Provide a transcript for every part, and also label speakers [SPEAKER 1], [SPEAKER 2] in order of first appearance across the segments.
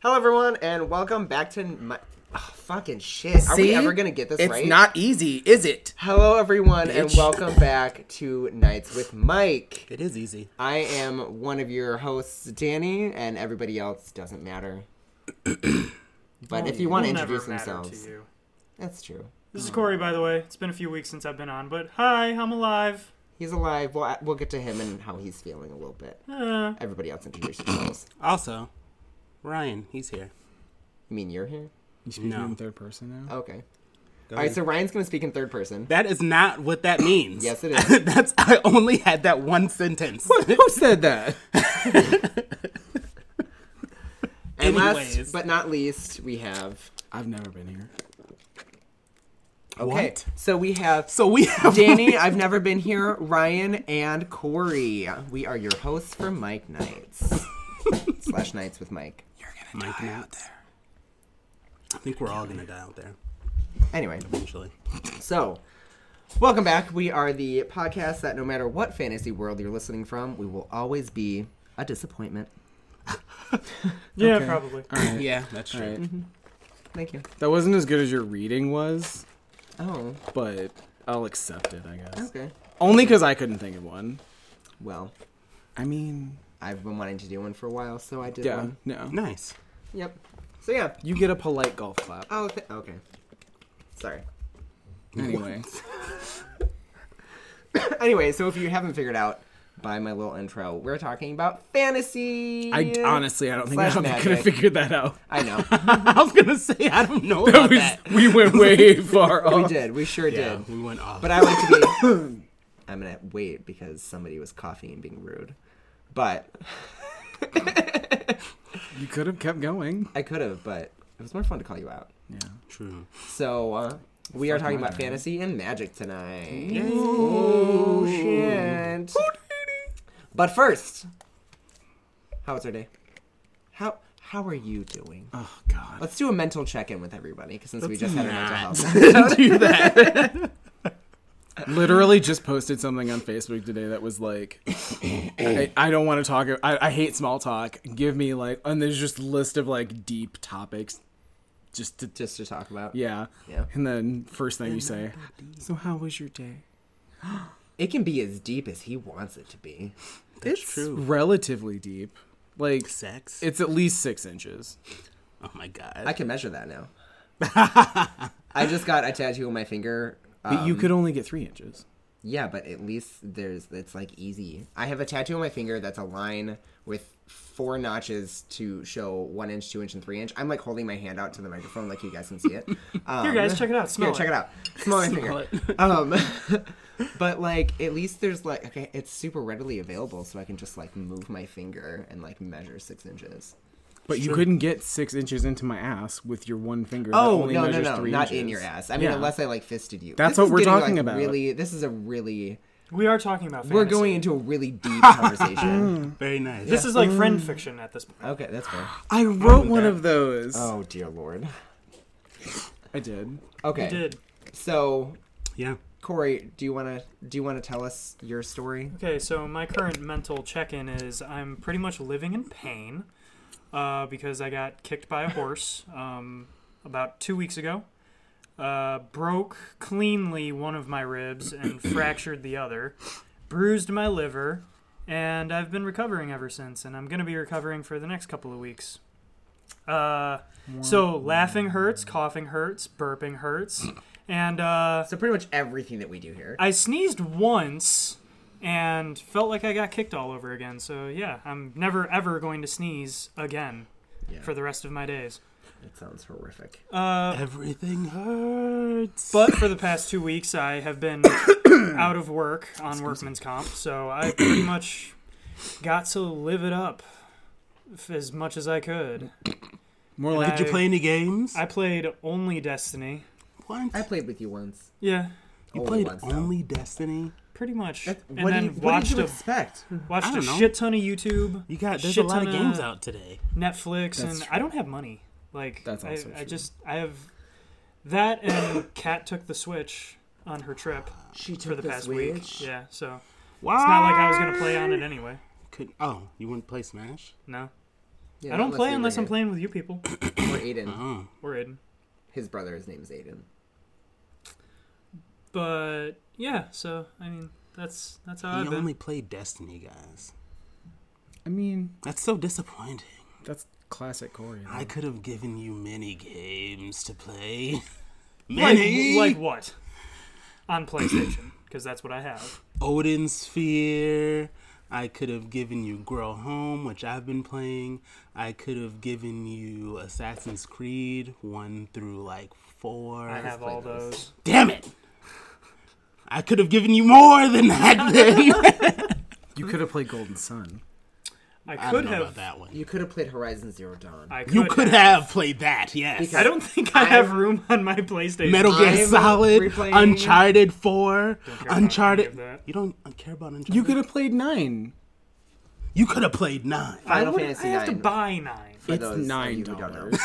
[SPEAKER 1] Hello, everyone, and welcome back to my oh, fucking shit. Are we
[SPEAKER 2] See?
[SPEAKER 1] ever gonna get this
[SPEAKER 2] It's
[SPEAKER 1] right?
[SPEAKER 2] not easy, is it?
[SPEAKER 1] Hello, everyone, and
[SPEAKER 2] Bitch.
[SPEAKER 1] welcome back to Nights with Mike.
[SPEAKER 2] It is easy.
[SPEAKER 1] I am one of your hosts, Danny, and everybody else doesn't matter. but if you want to
[SPEAKER 3] Will
[SPEAKER 1] introduce
[SPEAKER 3] never matter
[SPEAKER 1] themselves, Mm.
[SPEAKER 3] To you.
[SPEAKER 1] that's true.
[SPEAKER 3] This is Corey, by the way. It's been a few weeks since I've been on, but hi, I'm alive.
[SPEAKER 1] He's alive. We'll we'll get to him and how he's feeling a little bit.
[SPEAKER 3] Uh,
[SPEAKER 1] Everybody else introduce yourselves.
[SPEAKER 2] Also, Ryan, he's here.
[SPEAKER 1] You mean you're here?
[SPEAKER 4] You speaking
[SPEAKER 2] No.
[SPEAKER 4] in third person now?
[SPEAKER 1] Okay. All right. So Ryan's gonna speak in third person.
[SPEAKER 2] That is not what that means.
[SPEAKER 1] Yes, it is.
[SPEAKER 2] That's I only had that one sentence.
[SPEAKER 4] Who said that?
[SPEAKER 1] And
[SPEAKER 2] Anyways.
[SPEAKER 1] last but not least, we have
[SPEAKER 4] I've never been here.
[SPEAKER 1] Okay.
[SPEAKER 2] What?
[SPEAKER 1] So we have
[SPEAKER 2] So we have
[SPEAKER 1] Danny, I've never been here, Ryan, and Corey. We are your hosts for Mike Nights. Slash Nights with Mike.
[SPEAKER 2] Mike die out there. I think we're all gonna die out there
[SPEAKER 1] Anyway,
[SPEAKER 2] eventually.
[SPEAKER 1] so welcome back. We are the podcast that no matter what fantasy world you're listening from, we will always be a disappointment.
[SPEAKER 3] yeah,
[SPEAKER 4] Okay.
[SPEAKER 3] probably.
[SPEAKER 4] All right.
[SPEAKER 2] Yeah, Mm-hmm. that's
[SPEAKER 4] All
[SPEAKER 2] true.
[SPEAKER 4] right.
[SPEAKER 1] Thank you.
[SPEAKER 4] That wasn't as good as your reading was,
[SPEAKER 1] Oh,
[SPEAKER 4] but I'll accept it, I guess.
[SPEAKER 1] okay.
[SPEAKER 4] Only because I couldn't think of one.
[SPEAKER 1] Well,
[SPEAKER 4] I mean,
[SPEAKER 1] I've been wanting to do one for a while, so I did
[SPEAKER 4] yeah,
[SPEAKER 1] one.
[SPEAKER 4] no.
[SPEAKER 2] Nice.
[SPEAKER 1] Yep. So yeah.
[SPEAKER 4] You get a polite golf clap.
[SPEAKER 1] Oh, th- okay. Sorry.
[SPEAKER 4] Anyway,
[SPEAKER 1] Anyway, so if you haven't figured out by my little intro, we're talking about fantasy.
[SPEAKER 4] I honestly, I don't think
[SPEAKER 1] Slash
[SPEAKER 4] I'm gonna
[SPEAKER 1] magic.
[SPEAKER 4] figure that out.
[SPEAKER 1] I know.
[SPEAKER 2] I was gonna say I don't know
[SPEAKER 4] That
[SPEAKER 2] about
[SPEAKER 4] was-
[SPEAKER 2] that.
[SPEAKER 4] we went way far
[SPEAKER 1] We
[SPEAKER 4] off.
[SPEAKER 1] did. We sure
[SPEAKER 2] Yeah,
[SPEAKER 1] did.
[SPEAKER 2] we went off.
[SPEAKER 1] But I like to be. I'm gonna wait because somebody was coughing and being rude. But
[SPEAKER 4] You could have kept going.
[SPEAKER 1] I could have. But it was more fun to call you out.
[SPEAKER 4] Yeah.
[SPEAKER 2] true.
[SPEAKER 1] So uh, we are talking about
[SPEAKER 4] mine.
[SPEAKER 1] fantasy and magic tonight.
[SPEAKER 2] Ooh.
[SPEAKER 1] Oh shit! But first, how was our day? How how are you doing?
[SPEAKER 4] Oh God.
[SPEAKER 1] Let's do a mental check-in with everybody, because since we just had a mental
[SPEAKER 2] not.
[SPEAKER 1] health.
[SPEAKER 4] do that. Literally just posted something on Facebook today that was like, I, I don't want to talk. I, I hate small talk. Give me like, and there's just list of like deep topics, just to
[SPEAKER 1] just to talk about.
[SPEAKER 4] yeah.
[SPEAKER 1] Yeah.
[SPEAKER 4] And then first thing you say, so how was your day?
[SPEAKER 1] It can be as deep as he wants it to be.
[SPEAKER 2] That's
[SPEAKER 4] It's
[SPEAKER 2] true.
[SPEAKER 4] Relatively deep, like
[SPEAKER 2] Sex.
[SPEAKER 4] it's at least six inches.
[SPEAKER 2] oh my god.
[SPEAKER 1] I can measure that now. I just got a tattoo on my finger.
[SPEAKER 4] But
[SPEAKER 1] Um,
[SPEAKER 4] you could only get three inches.
[SPEAKER 1] yeah, but at least there's it's like easy. I have a tattoo on my finger that's a line with four notches to show one inch, two inch, and three inch. I'm like holding my hand out to the microphone like you guys can see it. Um,
[SPEAKER 3] Here, guys, check it out. Smell
[SPEAKER 1] Here, check it out. Smell my finger. Um, but like, at least there's like, okay, it's super readily available, so I can just like move my finger and like measure six inches.
[SPEAKER 4] But you couldn't get six inches into my ass with your one finger. that
[SPEAKER 1] Oh
[SPEAKER 4] only
[SPEAKER 1] no no
[SPEAKER 4] measures
[SPEAKER 1] no!
[SPEAKER 4] three
[SPEAKER 1] Not in
[SPEAKER 4] inches.
[SPEAKER 1] your ass. I mean,
[SPEAKER 4] Yeah.
[SPEAKER 1] unless I like fisted you.
[SPEAKER 4] That's
[SPEAKER 1] This
[SPEAKER 4] what
[SPEAKER 1] is
[SPEAKER 4] we're
[SPEAKER 1] getting,
[SPEAKER 4] talking
[SPEAKER 1] like,
[SPEAKER 4] about.
[SPEAKER 1] Really, this is a really.
[SPEAKER 3] We are talking about fantasy.
[SPEAKER 1] We're going into a really deep conversation.
[SPEAKER 2] Very nice.
[SPEAKER 3] This is like
[SPEAKER 1] Mm.
[SPEAKER 3] friend fiction at this point.
[SPEAKER 1] okay, that's fair.
[SPEAKER 4] I wrote one
[SPEAKER 2] that.
[SPEAKER 4] of those.
[SPEAKER 1] Oh dear lord.
[SPEAKER 4] I did.
[SPEAKER 1] Okay,
[SPEAKER 3] You did.
[SPEAKER 1] so
[SPEAKER 2] yeah.
[SPEAKER 1] Corey, do you want to do you want to tell us your story?
[SPEAKER 3] Okay, so my current mental check-in is I'm pretty much living in pain uh, because I got kicked by a horse um, about two weeks ago. Uh, broke cleanly one of my ribs and fractured the other. Bruised my liver, and I've been recovering ever since. And I'm gonna be recovering for the next couple of weeks. Uh, so laughing hurts, coughing hurts, burping hurts, and uh,
[SPEAKER 1] So pretty much everything that we do here.
[SPEAKER 3] I sneezed once and felt like I got kicked all over again. So yeah, I'm never ever going to sneeze again
[SPEAKER 1] Yeah.
[SPEAKER 3] for the rest of my days.
[SPEAKER 1] It sounds horrific.
[SPEAKER 3] Uh,
[SPEAKER 2] Everything hurts.
[SPEAKER 3] but for the past two weeks, I have been out of work on workman's comp, so I pretty much got to live it up f- as much as I could.
[SPEAKER 4] More
[SPEAKER 3] And
[SPEAKER 4] like
[SPEAKER 3] I-
[SPEAKER 2] Did you play any games?
[SPEAKER 3] I played only Destiny.
[SPEAKER 2] what?
[SPEAKER 1] I played with you once.
[SPEAKER 3] Yeah,
[SPEAKER 2] you
[SPEAKER 3] Oh,
[SPEAKER 1] only
[SPEAKER 2] played
[SPEAKER 1] once, though.
[SPEAKER 2] only Destiny.
[SPEAKER 3] pretty much.
[SPEAKER 1] That's-
[SPEAKER 3] and
[SPEAKER 1] what, do
[SPEAKER 3] then
[SPEAKER 1] you, what did
[SPEAKER 3] watched
[SPEAKER 1] you
[SPEAKER 3] a
[SPEAKER 1] expect?
[SPEAKER 3] watched
[SPEAKER 2] I
[SPEAKER 3] a
[SPEAKER 2] don't know.
[SPEAKER 3] shit ton of YouTube.
[SPEAKER 2] You got there's
[SPEAKER 3] shit
[SPEAKER 2] a lot of
[SPEAKER 3] ton
[SPEAKER 2] games out today.
[SPEAKER 3] Netflix,
[SPEAKER 4] That's
[SPEAKER 3] and I don't have money. Like
[SPEAKER 4] That's also
[SPEAKER 3] I, I
[SPEAKER 4] true.
[SPEAKER 3] just I have that, and Kat took the Switch on her trip
[SPEAKER 1] She took
[SPEAKER 3] for the
[SPEAKER 1] this
[SPEAKER 3] past
[SPEAKER 1] witch.
[SPEAKER 3] week. Yeah, so
[SPEAKER 2] Why?
[SPEAKER 3] it's not like I was gonna play on it anyway.
[SPEAKER 2] Could, oh, you wouldn't play Smash?
[SPEAKER 3] No,
[SPEAKER 1] Yeah,
[SPEAKER 3] I don't play
[SPEAKER 1] they
[SPEAKER 3] unless I'm Uh-huh.
[SPEAKER 1] bring
[SPEAKER 3] playing with you people
[SPEAKER 1] it. Or Aiden.
[SPEAKER 2] Oh.
[SPEAKER 3] or Aiden.
[SPEAKER 1] His brother, his name is Aiden.
[SPEAKER 3] But yeah, so I mean, that's that's how I've
[SPEAKER 2] He
[SPEAKER 3] been.
[SPEAKER 2] only played Destiny, guys.
[SPEAKER 4] I mean,
[SPEAKER 2] That's so disappointing.
[SPEAKER 4] that's classic Corey. though.
[SPEAKER 2] I could have given you many games to play.
[SPEAKER 3] like,
[SPEAKER 2] Many.
[SPEAKER 3] like what? On PlayStation, because that's what I have.
[SPEAKER 2] Odin Sphere. I could have given you Grow Home, which I've been playing. I could have given you Assassin's Creed 1 through like 4.
[SPEAKER 3] I have all those.
[SPEAKER 2] Damn it! I could have given you more than that then.
[SPEAKER 4] you could have played Golden Sun.
[SPEAKER 3] I
[SPEAKER 2] I
[SPEAKER 3] could
[SPEAKER 2] don't know
[SPEAKER 3] have.
[SPEAKER 2] about that one.
[SPEAKER 1] You could have played Horizon Zero Dawn.
[SPEAKER 3] I could
[SPEAKER 2] You could have played that, yes.
[SPEAKER 3] I don't think I have room on my PlayStation.
[SPEAKER 2] Metal Gear
[SPEAKER 1] I'm
[SPEAKER 2] Solid,
[SPEAKER 1] replaying-
[SPEAKER 2] Uncharted 4,
[SPEAKER 3] about any of
[SPEAKER 2] Uncharted.
[SPEAKER 3] that.
[SPEAKER 2] You don't uh, care about Uncharted?
[SPEAKER 4] You could have played Nine.
[SPEAKER 2] You could have played 9.
[SPEAKER 3] I,
[SPEAKER 1] Final
[SPEAKER 3] would, I
[SPEAKER 1] Fantasy
[SPEAKER 3] have to
[SPEAKER 1] Nine.
[SPEAKER 3] buy nine.
[SPEAKER 1] for
[SPEAKER 4] It's
[SPEAKER 1] those of
[SPEAKER 4] nine
[SPEAKER 1] you who don't know.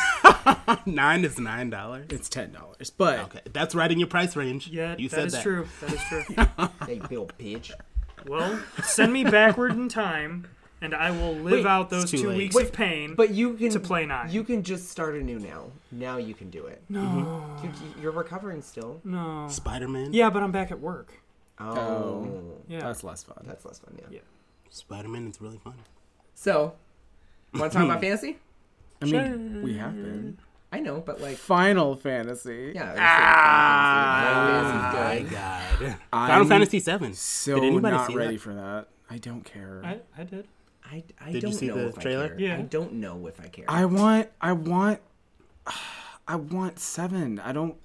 [SPEAKER 4] dollars.
[SPEAKER 2] 9 is $9.
[SPEAKER 4] It's ten dollars, but
[SPEAKER 2] Okay, that's right in your price range.
[SPEAKER 3] Yeah,
[SPEAKER 2] you
[SPEAKER 3] that
[SPEAKER 2] said
[SPEAKER 3] is
[SPEAKER 2] that.
[SPEAKER 3] true. That is true.
[SPEAKER 1] Hey, you little bitch.
[SPEAKER 3] well, send me backward in time, and I will live
[SPEAKER 1] Wait,
[SPEAKER 3] out those
[SPEAKER 2] too
[SPEAKER 3] two
[SPEAKER 2] late.
[SPEAKER 3] weeks of pain.
[SPEAKER 1] But you can
[SPEAKER 3] To play nine.
[SPEAKER 1] You can just start anew now. Now you can do it. No, you, you're recovering still.
[SPEAKER 3] no.
[SPEAKER 2] Spider Man.
[SPEAKER 3] Yeah, but I'm back at work.
[SPEAKER 1] Oh,
[SPEAKER 3] Yeah.
[SPEAKER 4] that's less fun.
[SPEAKER 1] that's less fun. Yeah.
[SPEAKER 3] Yeah.
[SPEAKER 2] Spider Man is really fun.
[SPEAKER 1] So, want to talk about fantasy?
[SPEAKER 4] I mean, we have been
[SPEAKER 1] I know, but like,
[SPEAKER 4] Final Fantasy.
[SPEAKER 1] yeah. Ah,
[SPEAKER 2] My
[SPEAKER 1] fantasy.
[SPEAKER 2] God. Final
[SPEAKER 4] I'm
[SPEAKER 2] Fantasy Seven.
[SPEAKER 4] So
[SPEAKER 2] Did anybody
[SPEAKER 4] not
[SPEAKER 2] see
[SPEAKER 4] ready
[SPEAKER 2] that?
[SPEAKER 4] for that. I don't care.
[SPEAKER 3] I, I did.
[SPEAKER 1] I, I
[SPEAKER 2] you
[SPEAKER 1] don't
[SPEAKER 2] see
[SPEAKER 1] know
[SPEAKER 2] the
[SPEAKER 1] if
[SPEAKER 2] trailer?
[SPEAKER 1] I care.
[SPEAKER 3] Yeah.
[SPEAKER 1] I don't know if I care.
[SPEAKER 4] I want. I want. I want seven. I don't.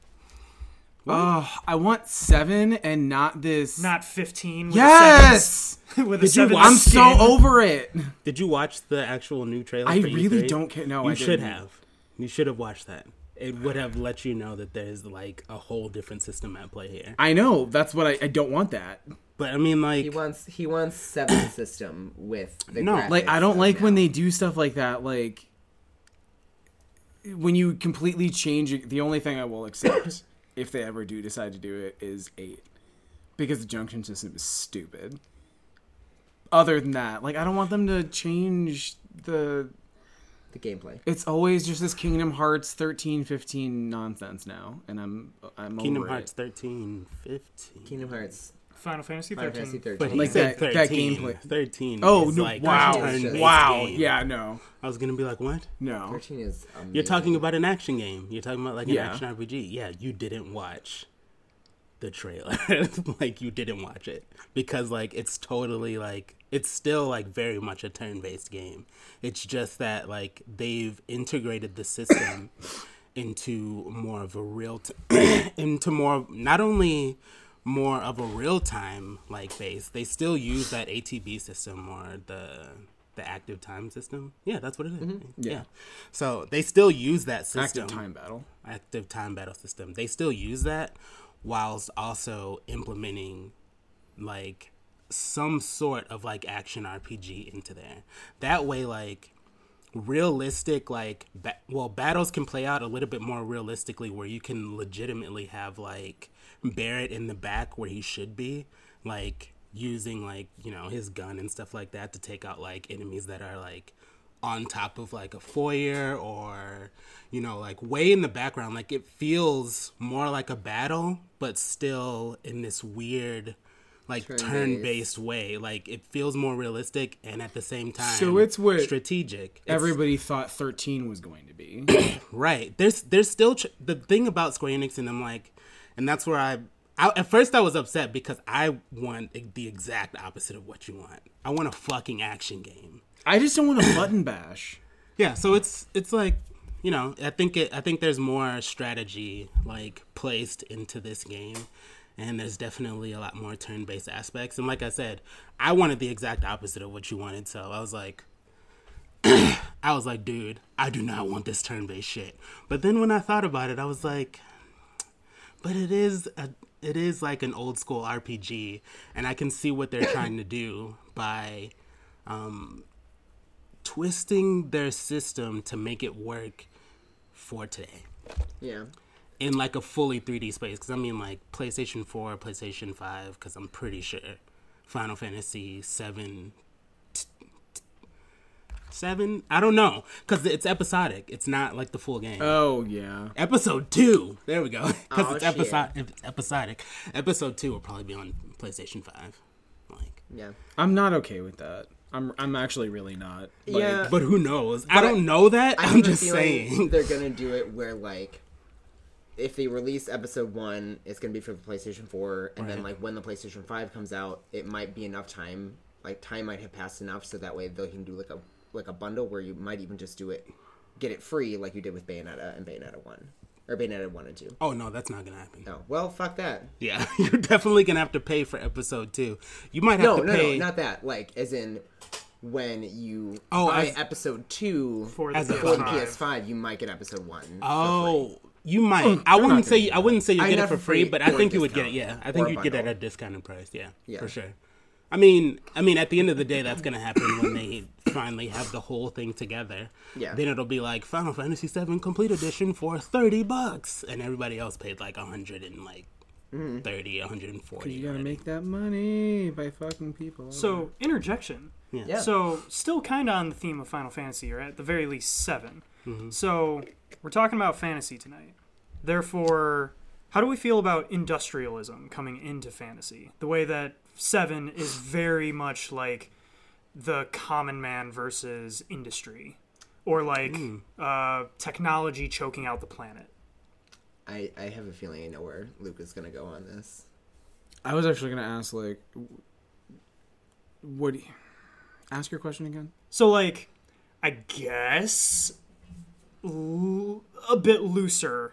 [SPEAKER 4] Oh, I want seven and not this.
[SPEAKER 3] Not 15. With
[SPEAKER 4] yes.
[SPEAKER 3] A seven, with a
[SPEAKER 2] Did you
[SPEAKER 3] seven
[SPEAKER 2] watch-
[SPEAKER 4] I'm so
[SPEAKER 3] skin.
[SPEAKER 4] over it.
[SPEAKER 2] Did you watch the actual new trailer?
[SPEAKER 4] I
[SPEAKER 2] for E3?
[SPEAKER 4] really don't care. No,
[SPEAKER 2] You
[SPEAKER 4] I
[SPEAKER 2] should
[SPEAKER 4] didn't.
[SPEAKER 2] have. You should have watched that. It would have let you know that there's like a whole different system at play here.
[SPEAKER 4] I know. That's what I. I don't want that.
[SPEAKER 2] But I mean,
[SPEAKER 1] he
[SPEAKER 2] like,
[SPEAKER 1] wants he wants seven system with the
[SPEAKER 2] No,
[SPEAKER 4] Like I don't
[SPEAKER 1] graphics
[SPEAKER 4] like
[SPEAKER 1] of
[SPEAKER 4] when
[SPEAKER 1] now.
[SPEAKER 4] they do stuff like that. Like when you completely change. it- The only thing I will accept if they ever do decide to do it is eight, because the junction system is stupid. Other than that, like I don't want them to change the.
[SPEAKER 1] the gameplay.
[SPEAKER 4] It's always just this Kingdom Hearts thirteen fifteen nonsense now, and I'm I'm
[SPEAKER 2] Kingdom
[SPEAKER 4] over
[SPEAKER 2] Hearts
[SPEAKER 4] it.
[SPEAKER 2] 13, 15.
[SPEAKER 1] Kingdom Hearts,
[SPEAKER 3] Final Fantasy 13.
[SPEAKER 1] Final Fantasy
[SPEAKER 2] But
[SPEAKER 1] thirteen.
[SPEAKER 2] he
[SPEAKER 4] Like
[SPEAKER 2] said 13.
[SPEAKER 4] that- that gameplay.
[SPEAKER 2] 13.
[SPEAKER 4] Oh
[SPEAKER 2] is,
[SPEAKER 4] no!
[SPEAKER 2] like, a
[SPEAKER 4] wow!
[SPEAKER 1] turn-based
[SPEAKER 2] turn-based
[SPEAKER 4] Wow!
[SPEAKER 2] game.
[SPEAKER 4] Yeah, no,
[SPEAKER 2] I was gonna be like, what?
[SPEAKER 4] no.
[SPEAKER 1] Thirteen is. Amazing.
[SPEAKER 2] You're talking about an action game. You're talking about like an
[SPEAKER 4] Yeah.
[SPEAKER 2] action RPG. Yeah, you didn't watch the trailer. like you didn't watch it because like it's totally like it's still like very much a turn-based game. It's just that like they've integrated the system into more of a real t- into more not only more of a real-time like base. They still use that ATB system or the the active time system. Yeah, that's what it is. Yeah. So they still use that system
[SPEAKER 4] Mm-hmm. Active time battle.
[SPEAKER 2] active time battle system. They still use that whilst also implementing like some sort of like action RPG into there. That way like realistic like ba- well battles can play out a little bit more realistically where you can legitimately have like Barrett in the back where he should be like using like you know his gun and stuff like that to take out like enemies that are like on top of like a foyer or you know like way in the background like it feels more like a battle but still in this weird like
[SPEAKER 1] Turn-based.
[SPEAKER 2] turn-based way like it feels more realistic and at the same time
[SPEAKER 4] So it's what
[SPEAKER 2] strategic It's-
[SPEAKER 4] Everybody thought thirteen was going to be.
[SPEAKER 2] Right. There's there's still tr- the thing about Square Enix, and I'm like, and that's where I, I at first I was upset because I want the exact opposite of what you want. I want a fucking action game.
[SPEAKER 4] I just don't want to button bash.
[SPEAKER 2] Yeah. So it's it's like you know I think it I think there's more strategy like placed into this game. And there's definitely a lot more turn-based aspects, and like I said, I wanted the exact opposite of what you wanted. So I was like, I was like, dude, I do not want this turn based shit. But then when I thought about it, I was like, but it is a it is like an old school RPG, and I can see what they're trying to do by um, twisting their system to make it work for today
[SPEAKER 1] Yeah.
[SPEAKER 2] in like a fully 3D space. Because I mean, like PlayStation 4, PlayStation 5, because I'm pretty sure Final Fantasy 7. seven. I don't know because it's episodic. It's not like the full game.
[SPEAKER 4] Oh yeah.
[SPEAKER 2] episode two. There we go. Because
[SPEAKER 1] Uh. Oh,
[SPEAKER 2] it's
[SPEAKER 1] shit.
[SPEAKER 2] episodic. Episodic. Episode two will probably be on PlayStation Five. Like,
[SPEAKER 1] Yeah.
[SPEAKER 4] I'm not okay with that. I'm I'm actually really not. Like,
[SPEAKER 1] Yeah.
[SPEAKER 2] but who knows? I
[SPEAKER 1] But I-
[SPEAKER 2] don't know that.
[SPEAKER 1] I
[SPEAKER 2] I
[SPEAKER 1] have
[SPEAKER 2] am
[SPEAKER 1] a
[SPEAKER 2] just
[SPEAKER 1] feeling
[SPEAKER 2] saying.
[SPEAKER 1] they're gonna do it where like if they release episode one, it's gonna be for the PlayStation Four, and then
[SPEAKER 2] Right.
[SPEAKER 1] like when the PlayStation Five comes out, it might be enough time. Like time might have passed enough, so that way they can do like a like a bundle where you might even just do it, get it free, like you did with Bayonetta and Bayonetta One or Bayonetta One and Two.
[SPEAKER 2] Oh no, that's not gonna happen.
[SPEAKER 1] No, well, fuck that.
[SPEAKER 2] Yeah, you're definitely gonna have to pay for episode two. You might have
[SPEAKER 1] No,
[SPEAKER 2] to
[SPEAKER 1] no,
[SPEAKER 2] pay.
[SPEAKER 1] no, not that. Like as in when you
[SPEAKER 2] Oh,
[SPEAKER 1] buy
[SPEAKER 2] as-
[SPEAKER 1] episode two
[SPEAKER 3] For the
[SPEAKER 2] As a
[SPEAKER 1] for the
[SPEAKER 3] PS5.
[SPEAKER 1] PS5, you might get episode one. for free.
[SPEAKER 2] oh, you might. I wouldn't say. I wouldn't say you
[SPEAKER 1] I
[SPEAKER 2] get it
[SPEAKER 1] never
[SPEAKER 2] for free,
[SPEAKER 1] free
[SPEAKER 2] but I
[SPEAKER 1] or
[SPEAKER 2] think you would get it.
[SPEAKER 1] discount
[SPEAKER 2] Yeah, I
[SPEAKER 1] or
[SPEAKER 2] think
[SPEAKER 1] a
[SPEAKER 2] you'd get it at
[SPEAKER 1] bundle.
[SPEAKER 2] a discounted price. Yeah,
[SPEAKER 1] Yeah.
[SPEAKER 2] for sure. I mean, I mean, at the end of the day, that's gonna happen when they finally have the whole thing together.
[SPEAKER 1] Yeah.
[SPEAKER 2] Then it'll be like Final Fantasy VII Complete Edition for thirty bucks, and everybody else paid like a hundred and like
[SPEAKER 1] Mm-hmm.
[SPEAKER 2] thirty, a hundred and forty.
[SPEAKER 4] You gotta
[SPEAKER 2] already.
[SPEAKER 4] make that money by fucking people.
[SPEAKER 3] So interjection.
[SPEAKER 1] Yeah.
[SPEAKER 3] So still kind of on the theme of Final Fantasy, or at the very least 7 So we're talking about fantasy tonight. Therefore, how do we feel about industrialism coming into fantasy? The way that seven is very much like the common man versus industry, or like uh, technology choking out the planet.
[SPEAKER 1] I, I have a feeling I know where Luke is going to go on this.
[SPEAKER 4] I was actually gonna ask like, w- what? do you- Ask your question again.
[SPEAKER 3] So like, I guess l- a bit looser.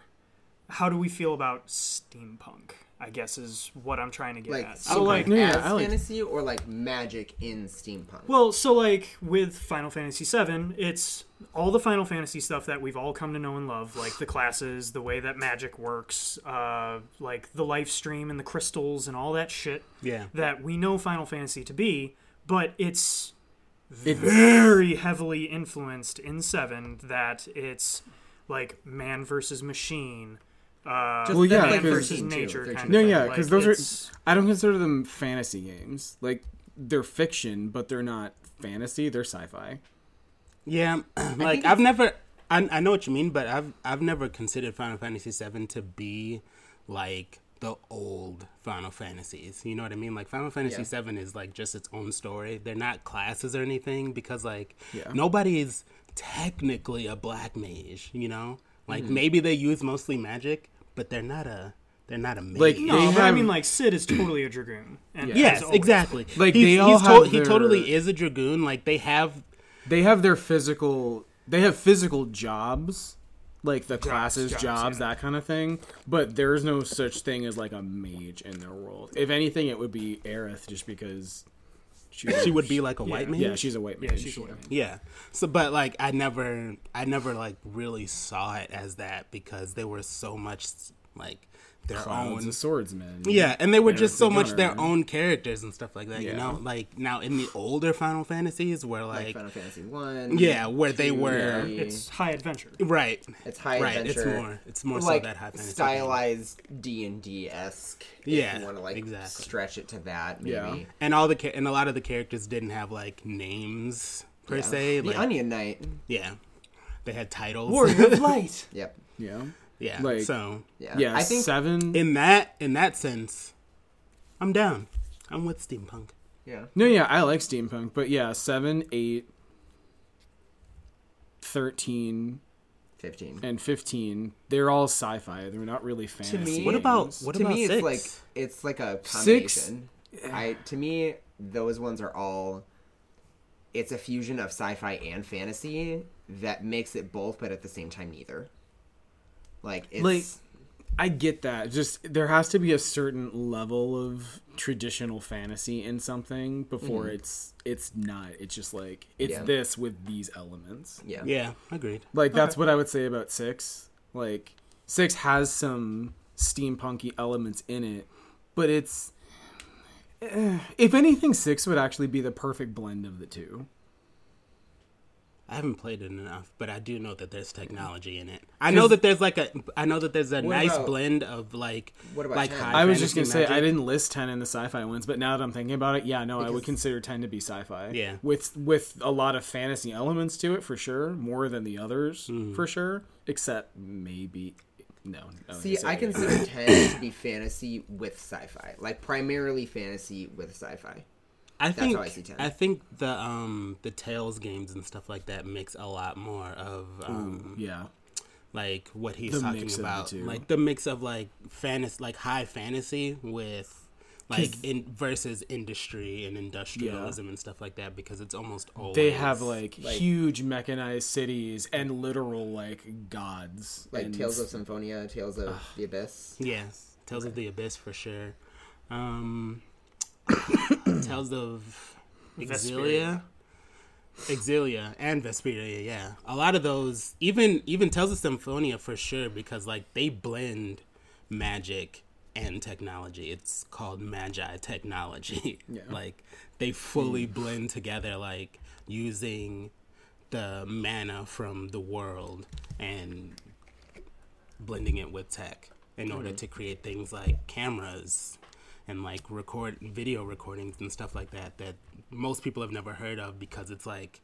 [SPEAKER 3] How do we feel about steampunk? I guess is what I'm trying to get
[SPEAKER 1] Like,
[SPEAKER 3] at.
[SPEAKER 1] steampunk
[SPEAKER 3] So like,
[SPEAKER 4] No, yeah,
[SPEAKER 1] as
[SPEAKER 4] I like-
[SPEAKER 1] fantasy or like magic in steampunk?
[SPEAKER 3] well, so like with Final Fantasy VII, it's all the Final Fantasy stuff that we've all come to know and love, like the classes, the way that magic works, uh, like the life stream and the crystals and all that shit
[SPEAKER 2] Yeah.
[SPEAKER 3] that we know Final Fantasy to be, but it's very heavily influenced in Seven that it's like man versus machine. Uh,
[SPEAKER 1] Just
[SPEAKER 4] Well, yeah,
[SPEAKER 3] man
[SPEAKER 4] 'cause-
[SPEAKER 3] versus
[SPEAKER 1] 13 too,
[SPEAKER 3] nature.
[SPEAKER 1] 13.
[SPEAKER 3] Kind of
[SPEAKER 4] No,
[SPEAKER 3] thing.
[SPEAKER 4] yeah,
[SPEAKER 3] Like,
[SPEAKER 4] because those
[SPEAKER 3] it's-
[SPEAKER 4] are. I don't consider them fantasy games. Like they're fiction, but they're not fantasy. They're sci-fi.
[SPEAKER 2] Yeah, like I've never. I, I know what you mean, but I've I've never considered Final Fantasy VII to be like the old Final Fantasies. You know what I mean? Like Final Fantasy
[SPEAKER 1] Yeah.
[SPEAKER 2] VII is like just its own story. They're not classes or anything because like
[SPEAKER 4] Yeah.
[SPEAKER 2] nobody is technically a black mage. You know, like
[SPEAKER 4] Mm-hmm.
[SPEAKER 2] maybe they use mostly magic, but they're not a they're not a mage.
[SPEAKER 4] Like,
[SPEAKER 3] No,
[SPEAKER 4] They
[SPEAKER 3] but I
[SPEAKER 4] have-
[SPEAKER 3] mean, like Sid is totally a dragoon. And
[SPEAKER 2] yes,
[SPEAKER 3] has always-
[SPEAKER 2] exactly.
[SPEAKER 4] Like,
[SPEAKER 2] He's-
[SPEAKER 4] they all
[SPEAKER 2] he's to-
[SPEAKER 4] have
[SPEAKER 2] he
[SPEAKER 4] their-
[SPEAKER 2] totally is a dragoon. Like they have
[SPEAKER 4] They have their physical. They have physical jobs, like the classes,
[SPEAKER 3] jobs,
[SPEAKER 4] jobs,
[SPEAKER 3] yeah.
[SPEAKER 4] that kind of thing. But there's no such thing as like a mage in their world. If anything, it would be Aerith, just because she,
[SPEAKER 2] she would be like a white mage.
[SPEAKER 4] yeah, she's a white mage.
[SPEAKER 3] Yeah, she's a woman.
[SPEAKER 2] Yeah. So, but like, I never, I never like really saw it as that because they were so much like their
[SPEAKER 4] Clouds
[SPEAKER 2] own.
[SPEAKER 4] and swordsman.
[SPEAKER 2] Yeah, and they were just
[SPEAKER 4] the
[SPEAKER 2] so much their
[SPEAKER 4] gunner.
[SPEAKER 2] own characters and stuff like that. You
[SPEAKER 4] Yeah.
[SPEAKER 2] know, like now in the older Final Fantasies, where
[SPEAKER 1] like,
[SPEAKER 2] like,
[SPEAKER 1] Final Fantasy 1.
[SPEAKER 2] yeah, where they were
[SPEAKER 3] It's high adventure.
[SPEAKER 2] right,
[SPEAKER 1] It's high
[SPEAKER 2] right.
[SPEAKER 1] adventure.
[SPEAKER 2] It's more, it's more
[SPEAKER 1] like
[SPEAKER 2] so that high fantasy.
[SPEAKER 1] stylized D and D esque.
[SPEAKER 2] Yeah,
[SPEAKER 1] you want to like
[SPEAKER 2] exactly.
[SPEAKER 1] stretch it to that. Maybe.
[SPEAKER 4] Yeah.
[SPEAKER 2] and all the cha- and a lot of the characters didn't have like names per
[SPEAKER 1] Yeah.
[SPEAKER 2] se.
[SPEAKER 1] the
[SPEAKER 2] Like,
[SPEAKER 1] Onion Knight.
[SPEAKER 2] yeah, they had titles.
[SPEAKER 3] Warrior of Light.
[SPEAKER 1] Yep.
[SPEAKER 4] yeah,
[SPEAKER 2] yeah,
[SPEAKER 4] like-
[SPEAKER 2] so
[SPEAKER 1] Yeah.
[SPEAKER 4] yeah.
[SPEAKER 1] I think.
[SPEAKER 4] seven.
[SPEAKER 2] in that in that sense, I'm down. I'm with steampunk.
[SPEAKER 1] yeah.
[SPEAKER 4] No, yeah, I like steampunk, but yeah, 7, 8, 13,
[SPEAKER 1] Fifteen.
[SPEAKER 4] and 15, they're all sci fi. They're not really fantasy.
[SPEAKER 1] me-
[SPEAKER 2] What
[SPEAKER 4] games.
[SPEAKER 2] about what
[SPEAKER 1] to
[SPEAKER 2] about
[SPEAKER 1] me,
[SPEAKER 2] six?
[SPEAKER 1] it's like it's like a
[SPEAKER 4] Six-
[SPEAKER 1] combination. I to me, those ones are all. It's a fusion of sci-fi and fantasy that makes it both, but at the same time, neither. Like it's
[SPEAKER 4] Like- I get that. Just there has to be a certain level of traditional fantasy in something before it's it's not. It's just like it's
[SPEAKER 1] Mm-hmm. Yeah.
[SPEAKER 4] this with these elements.
[SPEAKER 1] yeah,
[SPEAKER 2] yeah, agreed.
[SPEAKER 4] Like that's what I would say about six. Like six has some steampunky elements in it, but it's eh, if anything, six would actually be the perfect blend of the two.
[SPEAKER 2] I haven't played it enough, but I do know that there's technology in it. I know that there's like a I know that there's a nice
[SPEAKER 1] about-
[SPEAKER 2] blend of like
[SPEAKER 1] What about
[SPEAKER 2] like
[SPEAKER 1] 10?
[SPEAKER 2] high
[SPEAKER 4] I was just gonna
[SPEAKER 2] fantasy
[SPEAKER 4] say I
[SPEAKER 2] magic.
[SPEAKER 4] didn't list ten in the sci-fi ones, but now that I'm thinking about it, yeah, no, I would consider ten to be sci-fi.
[SPEAKER 2] Yeah.
[SPEAKER 4] with with a lot of fantasy elements to it for sure, more than the others for sure. Except maybe no. no
[SPEAKER 1] See, I consider 10 to be fantasy with sci fi. Like, primarily fantasy with sci fi.
[SPEAKER 2] I
[SPEAKER 1] That's
[SPEAKER 2] think
[SPEAKER 1] how I see 10.
[SPEAKER 2] I think the um the Tales games and stuff like that mix a lot more of um
[SPEAKER 4] yeah,
[SPEAKER 2] like what he's
[SPEAKER 4] The
[SPEAKER 2] talking
[SPEAKER 4] mix of the
[SPEAKER 2] about,
[SPEAKER 4] two.
[SPEAKER 2] like the mix of like fantasy, like high fantasy with like in versus industry and industrialism and stuff like that because it's almost always
[SPEAKER 4] they have like,
[SPEAKER 1] like-
[SPEAKER 4] huge mechanized cities and literal like gods,
[SPEAKER 1] Like,
[SPEAKER 4] and
[SPEAKER 1] Tales of Symphonia, Tales of the Abyss.
[SPEAKER 2] yeah Tales of the Abyss for sure, um, Tales of Exilia. Exilia and Vesperia, yeah. A lot of those, even even Tales of Symphonia for sure, because like they blend magic and technology. It's called Magi technology. like they fully blend together, like using the mana from the world and blending it with tech in order to create things like cameras and like record video recordings and stuff like that that most people have never heard of because it's like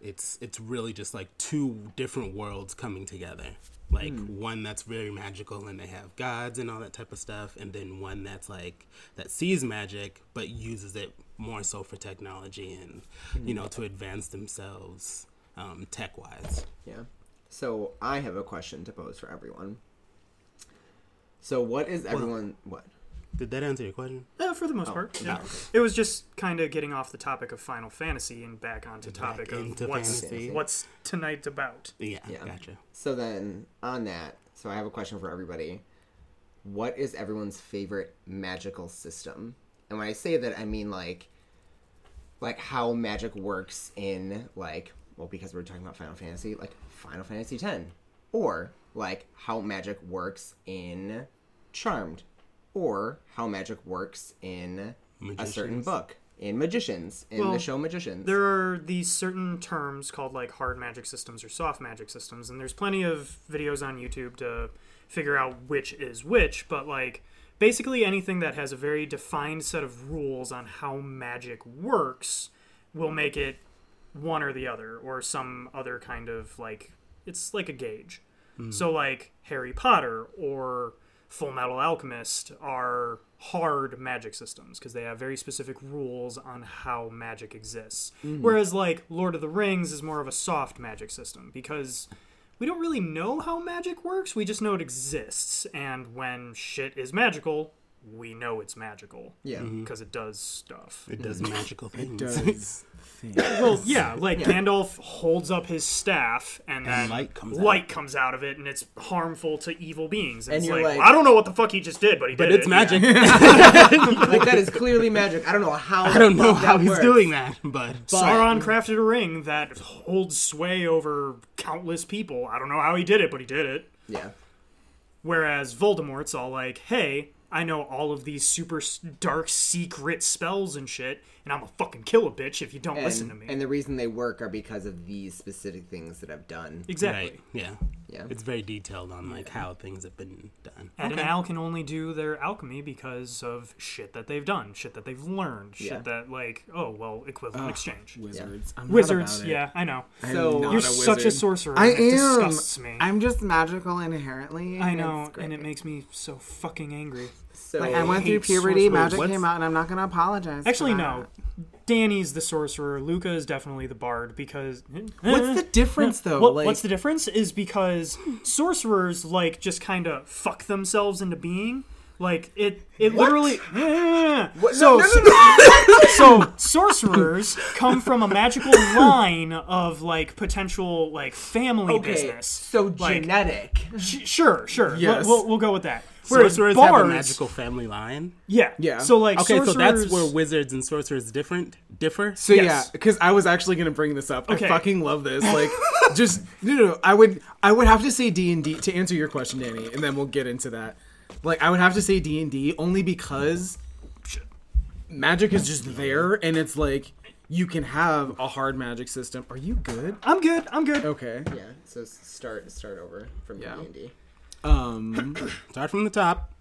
[SPEAKER 2] it's it's really just like two different worlds coming together like one that's very magical and they have gods and all that type of stuff and then one that's like that sees magic but uses it more so for technology and you know to advance themselves um, tech wise
[SPEAKER 1] Yeah. So, I have a question to pose for everyone. So, what is everyone. What?
[SPEAKER 2] did that answer your question
[SPEAKER 3] Yeah, Uh, for the
[SPEAKER 4] Oh,
[SPEAKER 3] most part. Yeah.
[SPEAKER 2] okay.
[SPEAKER 3] It was just kind of getting off the topic of Final Fantasy and back onto topic
[SPEAKER 2] into
[SPEAKER 3] of what's
[SPEAKER 2] fantasy.
[SPEAKER 3] what's tonight about.
[SPEAKER 2] yeah.
[SPEAKER 1] Yeah.
[SPEAKER 2] gotcha
[SPEAKER 1] So, then, on that, so I have a question for everybody. What is everyone's favorite magical system? And when I say that, I mean, like, like how magic works in like well because we're talking about Final Fantasy like Final Fantasy 10 or like how magic works in Charmed or how magic works in a certain
[SPEAKER 2] Magicians.
[SPEAKER 1] book in Magicians in
[SPEAKER 3] Well,
[SPEAKER 1] the show Magicians
[SPEAKER 3] There are these certain terms called like hard magic systems or soft magic systems, and there's plenty of videos on YouTube to figure out which is which, but like basically anything that has a very defined set of rules on how magic works will make it one or the other or some other kind of like it's like a gauge. So like Harry Potter or Full Metal Alchemist are hard magic systems because they have very specific rules on how magic exists. Whereas like Lord of the Rings is more of a soft magic system because we don't really know how magic works. We just know it exists and when shit is magical, we know it's magical.
[SPEAKER 1] Yeah. Mhm.
[SPEAKER 3] Because it does stuff.
[SPEAKER 2] It does magical things.
[SPEAKER 4] does things.
[SPEAKER 3] Well, yeah, like Gandalf holds up his staff, and then
[SPEAKER 2] light comes out.
[SPEAKER 3] light comes out of it, and it's harmful to evil beings. And,
[SPEAKER 1] And
[SPEAKER 3] it's
[SPEAKER 1] you're
[SPEAKER 3] like,
[SPEAKER 1] like-
[SPEAKER 3] "Well, I don't know what the fuck he just did, but he
[SPEAKER 2] But
[SPEAKER 3] did
[SPEAKER 2] it's
[SPEAKER 3] it."
[SPEAKER 2] magic.
[SPEAKER 1] like that is clearly magic I don't know how
[SPEAKER 2] I don't know how he's doing that, but
[SPEAKER 3] Sauron crafted a ring that holds sway over countless people. I don't know how he did it, but he did it.
[SPEAKER 1] yeah
[SPEAKER 3] Whereas Voldemort's all like, "Hey, I know all of these super s- dark secret spells and shit, and I'm gonna fucking kill a bitch if you don't
[SPEAKER 1] and,
[SPEAKER 3] listen to me."
[SPEAKER 1] and the reason they work are because of these specific things that I've done
[SPEAKER 3] exactly.
[SPEAKER 2] right, yeah,
[SPEAKER 1] yeah
[SPEAKER 2] it's very detailed on like how things have been done.
[SPEAKER 3] And an al can only do their alchemy because of shit that they've done, shit that they've learned, shit
[SPEAKER 1] Yeah.
[SPEAKER 3] that like, oh well, equivalent exchange.
[SPEAKER 4] Wizards, I'm not
[SPEAKER 3] Wizards,
[SPEAKER 4] about it.
[SPEAKER 3] yeah, I know.
[SPEAKER 4] I'm
[SPEAKER 1] So-
[SPEAKER 4] not
[SPEAKER 1] You're
[SPEAKER 3] You're
[SPEAKER 4] a
[SPEAKER 3] such a
[SPEAKER 4] wizard.
[SPEAKER 3] sorcerer.
[SPEAKER 4] I
[SPEAKER 3] and It
[SPEAKER 4] am.
[SPEAKER 3] disgusts me. i
[SPEAKER 4] I'm just magical inherently.
[SPEAKER 3] know,
[SPEAKER 4] It's
[SPEAKER 3] and it
[SPEAKER 4] great.
[SPEAKER 3] makes me so fucking angry.
[SPEAKER 1] so
[SPEAKER 4] Like, I went
[SPEAKER 3] hate
[SPEAKER 4] through puberty,
[SPEAKER 3] sorcerers.
[SPEAKER 4] magic
[SPEAKER 2] What's-
[SPEAKER 4] came out, and I'm not gonna apologize. for
[SPEAKER 3] Actually,
[SPEAKER 4] that.
[SPEAKER 3] no. Danny's the sorcerer. Luca is definitely the bard because.
[SPEAKER 4] What's the difference though?
[SPEAKER 3] What,
[SPEAKER 4] like,
[SPEAKER 3] what's the difference is because sorcerers like just kind of fuck themselves into being. Like it, it literally.
[SPEAKER 1] What-
[SPEAKER 3] So,
[SPEAKER 1] no, no, no, no.
[SPEAKER 3] so sorcerers come from a magical line of like potential like family
[SPEAKER 1] okay
[SPEAKER 3] business.
[SPEAKER 1] so
[SPEAKER 3] Like,
[SPEAKER 1] genetic
[SPEAKER 3] sh- sure, sure.
[SPEAKER 4] Yes.
[SPEAKER 3] We'll, we'll, we'll go with that. Whereas
[SPEAKER 2] Sorcerers have
[SPEAKER 3] bards,
[SPEAKER 2] a magical family line.
[SPEAKER 3] Yeah.
[SPEAKER 4] Yeah.
[SPEAKER 3] So like
[SPEAKER 2] Okay,
[SPEAKER 3] sorcerers,
[SPEAKER 2] so that's where wizards and sorcerers different differ.
[SPEAKER 4] So
[SPEAKER 3] Yes.
[SPEAKER 4] yeah, because I was actually gonna bring this up.
[SPEAKER 3] Okay.
[SPEAKER 4] I fucking love this. Like, just no, no, no. I would, I would have to say D and D to answer your question, Danny, and then we'll get into that. Like, I would have to say D and D only because magic is just there, and it's like you can have a hard magic system. Are you good?
[SPEAKER 3] I'm good. I'm good.
[SPEAKER 4] Okay.
[SPEAKER 1] Yeah. So s- start start over from
[SPEAKER 4] Yeah.
[SPEAKER 1] D and D.
[SPEAKER 4] Um,
[SPEAKER 2] Start from the top.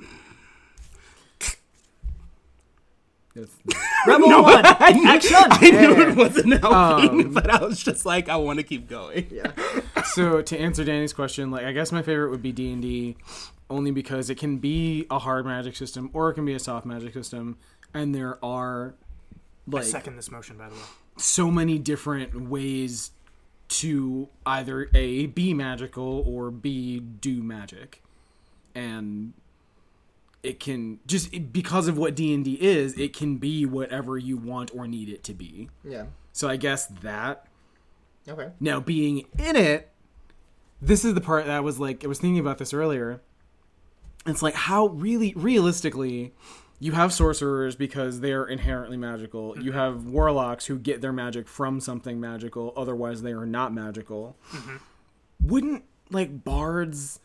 [SPEAKER 4] it's-
[SPEAKER 3] Rebel one. Action.
[SPEAKER 2] I knew it wasn't helping, but I
[SPEAKER 3] Um,
[SPEAKER 2] was just like, I want to keep going.
[SPEAKER 1] Yeah.
[SPEAKER 4] so to answer Danny's question, like I guess my favorite would be D and D, only because it can be a hard magic system or it can be a soft magic system, and there are
[SPEAKER 3] I
[SPEAKER 4] like
[SPEAKER 3] second this motion, by the way.
[SPEAKER 4] so many different ways to either a be magical or b do magic and it can just it- because of what d&d is it can be whatever you want or need it to be
[SPEAKER 1] Yeah.
[SPEAKER 4] so i guess that
[SPEAKER 1] Okay.
[SPEAKER 4] now being in it this is the part that I was like i was thinking about this earlier it's like how really realistically you have sorcerers because they're inherently magical you
[SPEAKER 3] Mm-hmm.
[SPEAKER 4] have warlocks who get their magic from something magical otherwise they are not magical
[SPEAKER 3] Mm-hmm.
[SPEAKER 4] wouldn't like bards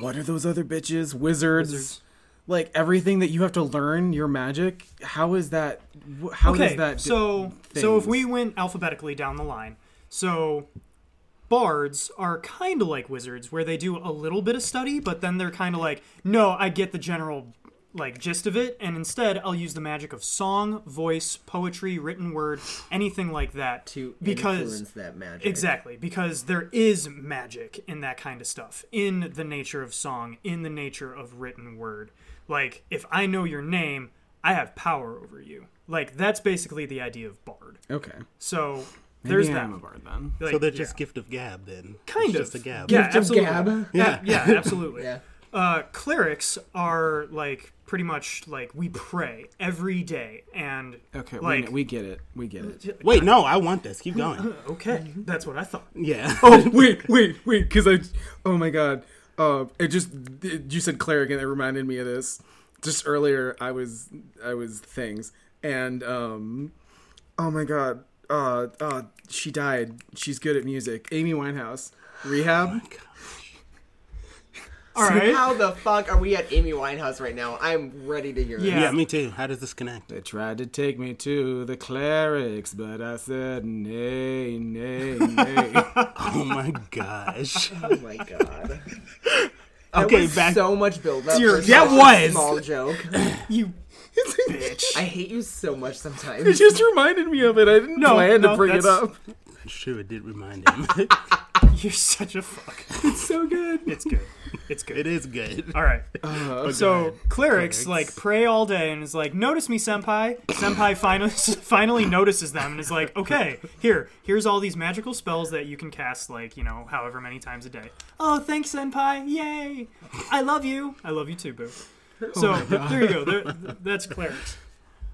[SPEAKER 4] what are those other bitches wizards,
[SPEAKER 3] Wizards.
[SPEAKER 4] like everything that you have to learn your magic how is that wh- how is
[SPEAKER 3] Okay,
[SPEAKER 4] that
[SPEAKER 3] so so if
[SPEAKER 4] things?
[SPEAKER 3] we went alphabetically down the line, so bards are kind of like wizards, where they do a little bit of study, but then they're kind of like, no, I get the general like gist of it, and instead I'll use the magic of song, voice, poetry, written word, anything like that
[SPEAKER 1] To
[SPEAKER 3] because
[SPEAKER 1] influence that magic.
[SPEAKER 3] Exactly, because there is magic in that kind of stuff, in the nature of song, in the nature of written word. Like, if I know your name, I have power over you. Like, that's basically the idea of bard.
[SPEAKER 4] okay
[SPEAKER 3] So,
[SPEAKER 4] Maybe
[SPEAKER 3] there's
[SPEAKER 4] I
[SPEAKER 3] that.
[SPEAKER 4] am a bard then
[SPEAKER 3] Like,
[SPEAKER 2] So they're
[SPEAKER 3] yeah.
[SPEAKER 2] just gift of gab then.
[SPEAKER 3] kind
[SPEAKER 2] It's
[SPEAKER 3] of
[SPEAKER 2] just a gab.
[SPEAKER 3] Yeah,
[SPEAKER 1] Gift of
[SPEAKER 3] absolutely.
[SPEAKER 1] gab.
[SPEAKER 2] Yeah.
[SPEAKER 3] yeah, absolutely.
[SPEAKER 1] Yeah.
[SPEAKER 3] Uh, clerics are like pretty much like we pray every day, and
[SPEAKER 4] okay
[SPEAKER 3] like
[SPEAKER 4] we, we get it we get it
[SPEAKER 2] Wait, no, I want this. Keep going.
[SPEAKER 3] okay,
[SPEAKER 1] Mm-hmm.
[SPEAKER 3] that's what I thought.
[SPEAKER 2] Yeah.
[SPEAKER 4] oh wait, wait, wait, because I, oh my god, uh, it just it, you said cleric and it reminded me of this. Just earlier, I was I was things and um, oh my god, uh, uh, she died. She's good at music. Amy Winehouse, rehab.
[SPEAKER 3] All right.
[SPEAKER 1] How the fuck are we at Amy Winehouse right now? I'm ready to hear.
[SPEAKER 3] Yeah.
[SPEAKER 2] Yeah, me too. How does this connect?
[SPEAKER 4] They tried to take me to the clerics, but I said nay, nay, nay.
[SPEAKER 2] Oh my gosh.
[SPEAKER 1] This. Oh my god.
[SPEAKER 2] Okay,
[SPEAKER 1] was
[SPEAKER 2] back.
[SPEAKER 1] so much buildup.
[SPEAKER 2] Dear-
[SPEAKER 1] for
[SPEAKER 2] that
[SPEAKER 1] such a
[SPEAKER 2] was.
[SPEAKER 1] small joke.
[SPEAKER 3] you bitch.
[SPEAKER 1] I hate you so much sometimes.
[SPEAKER 4] it just reminded me of it. I didn't
[SPEAKER 3] No,
[SPEAKER 4] plan
[SPEAKER 3] no,
[SPEAKER 4] to bring it
[SPEAKER 3] that's-
[SPEAKER 4] up.
[SPEAKER 2] Sure, it did remind him.
[SPEAKER 3] You're such a fuck.
[SPEAKER 4] It's so good.
[SPEAKER 3] It's good. It's good.
[SPEAKER 2] it is good.
[SPEAKER 3] All right. so clerics,
[SPEAKER 2] Clerics.
[SPEAKER 3] like pray all day and is like, notice me, senpai. Senpai finally finally notices them and is like, okay, here, here's all these magical spells that you can cast, like you know, however many times a day. Oh, thanks, senpai. Yay! I love you. I love you too, boo. So there you go. There, that's clerics.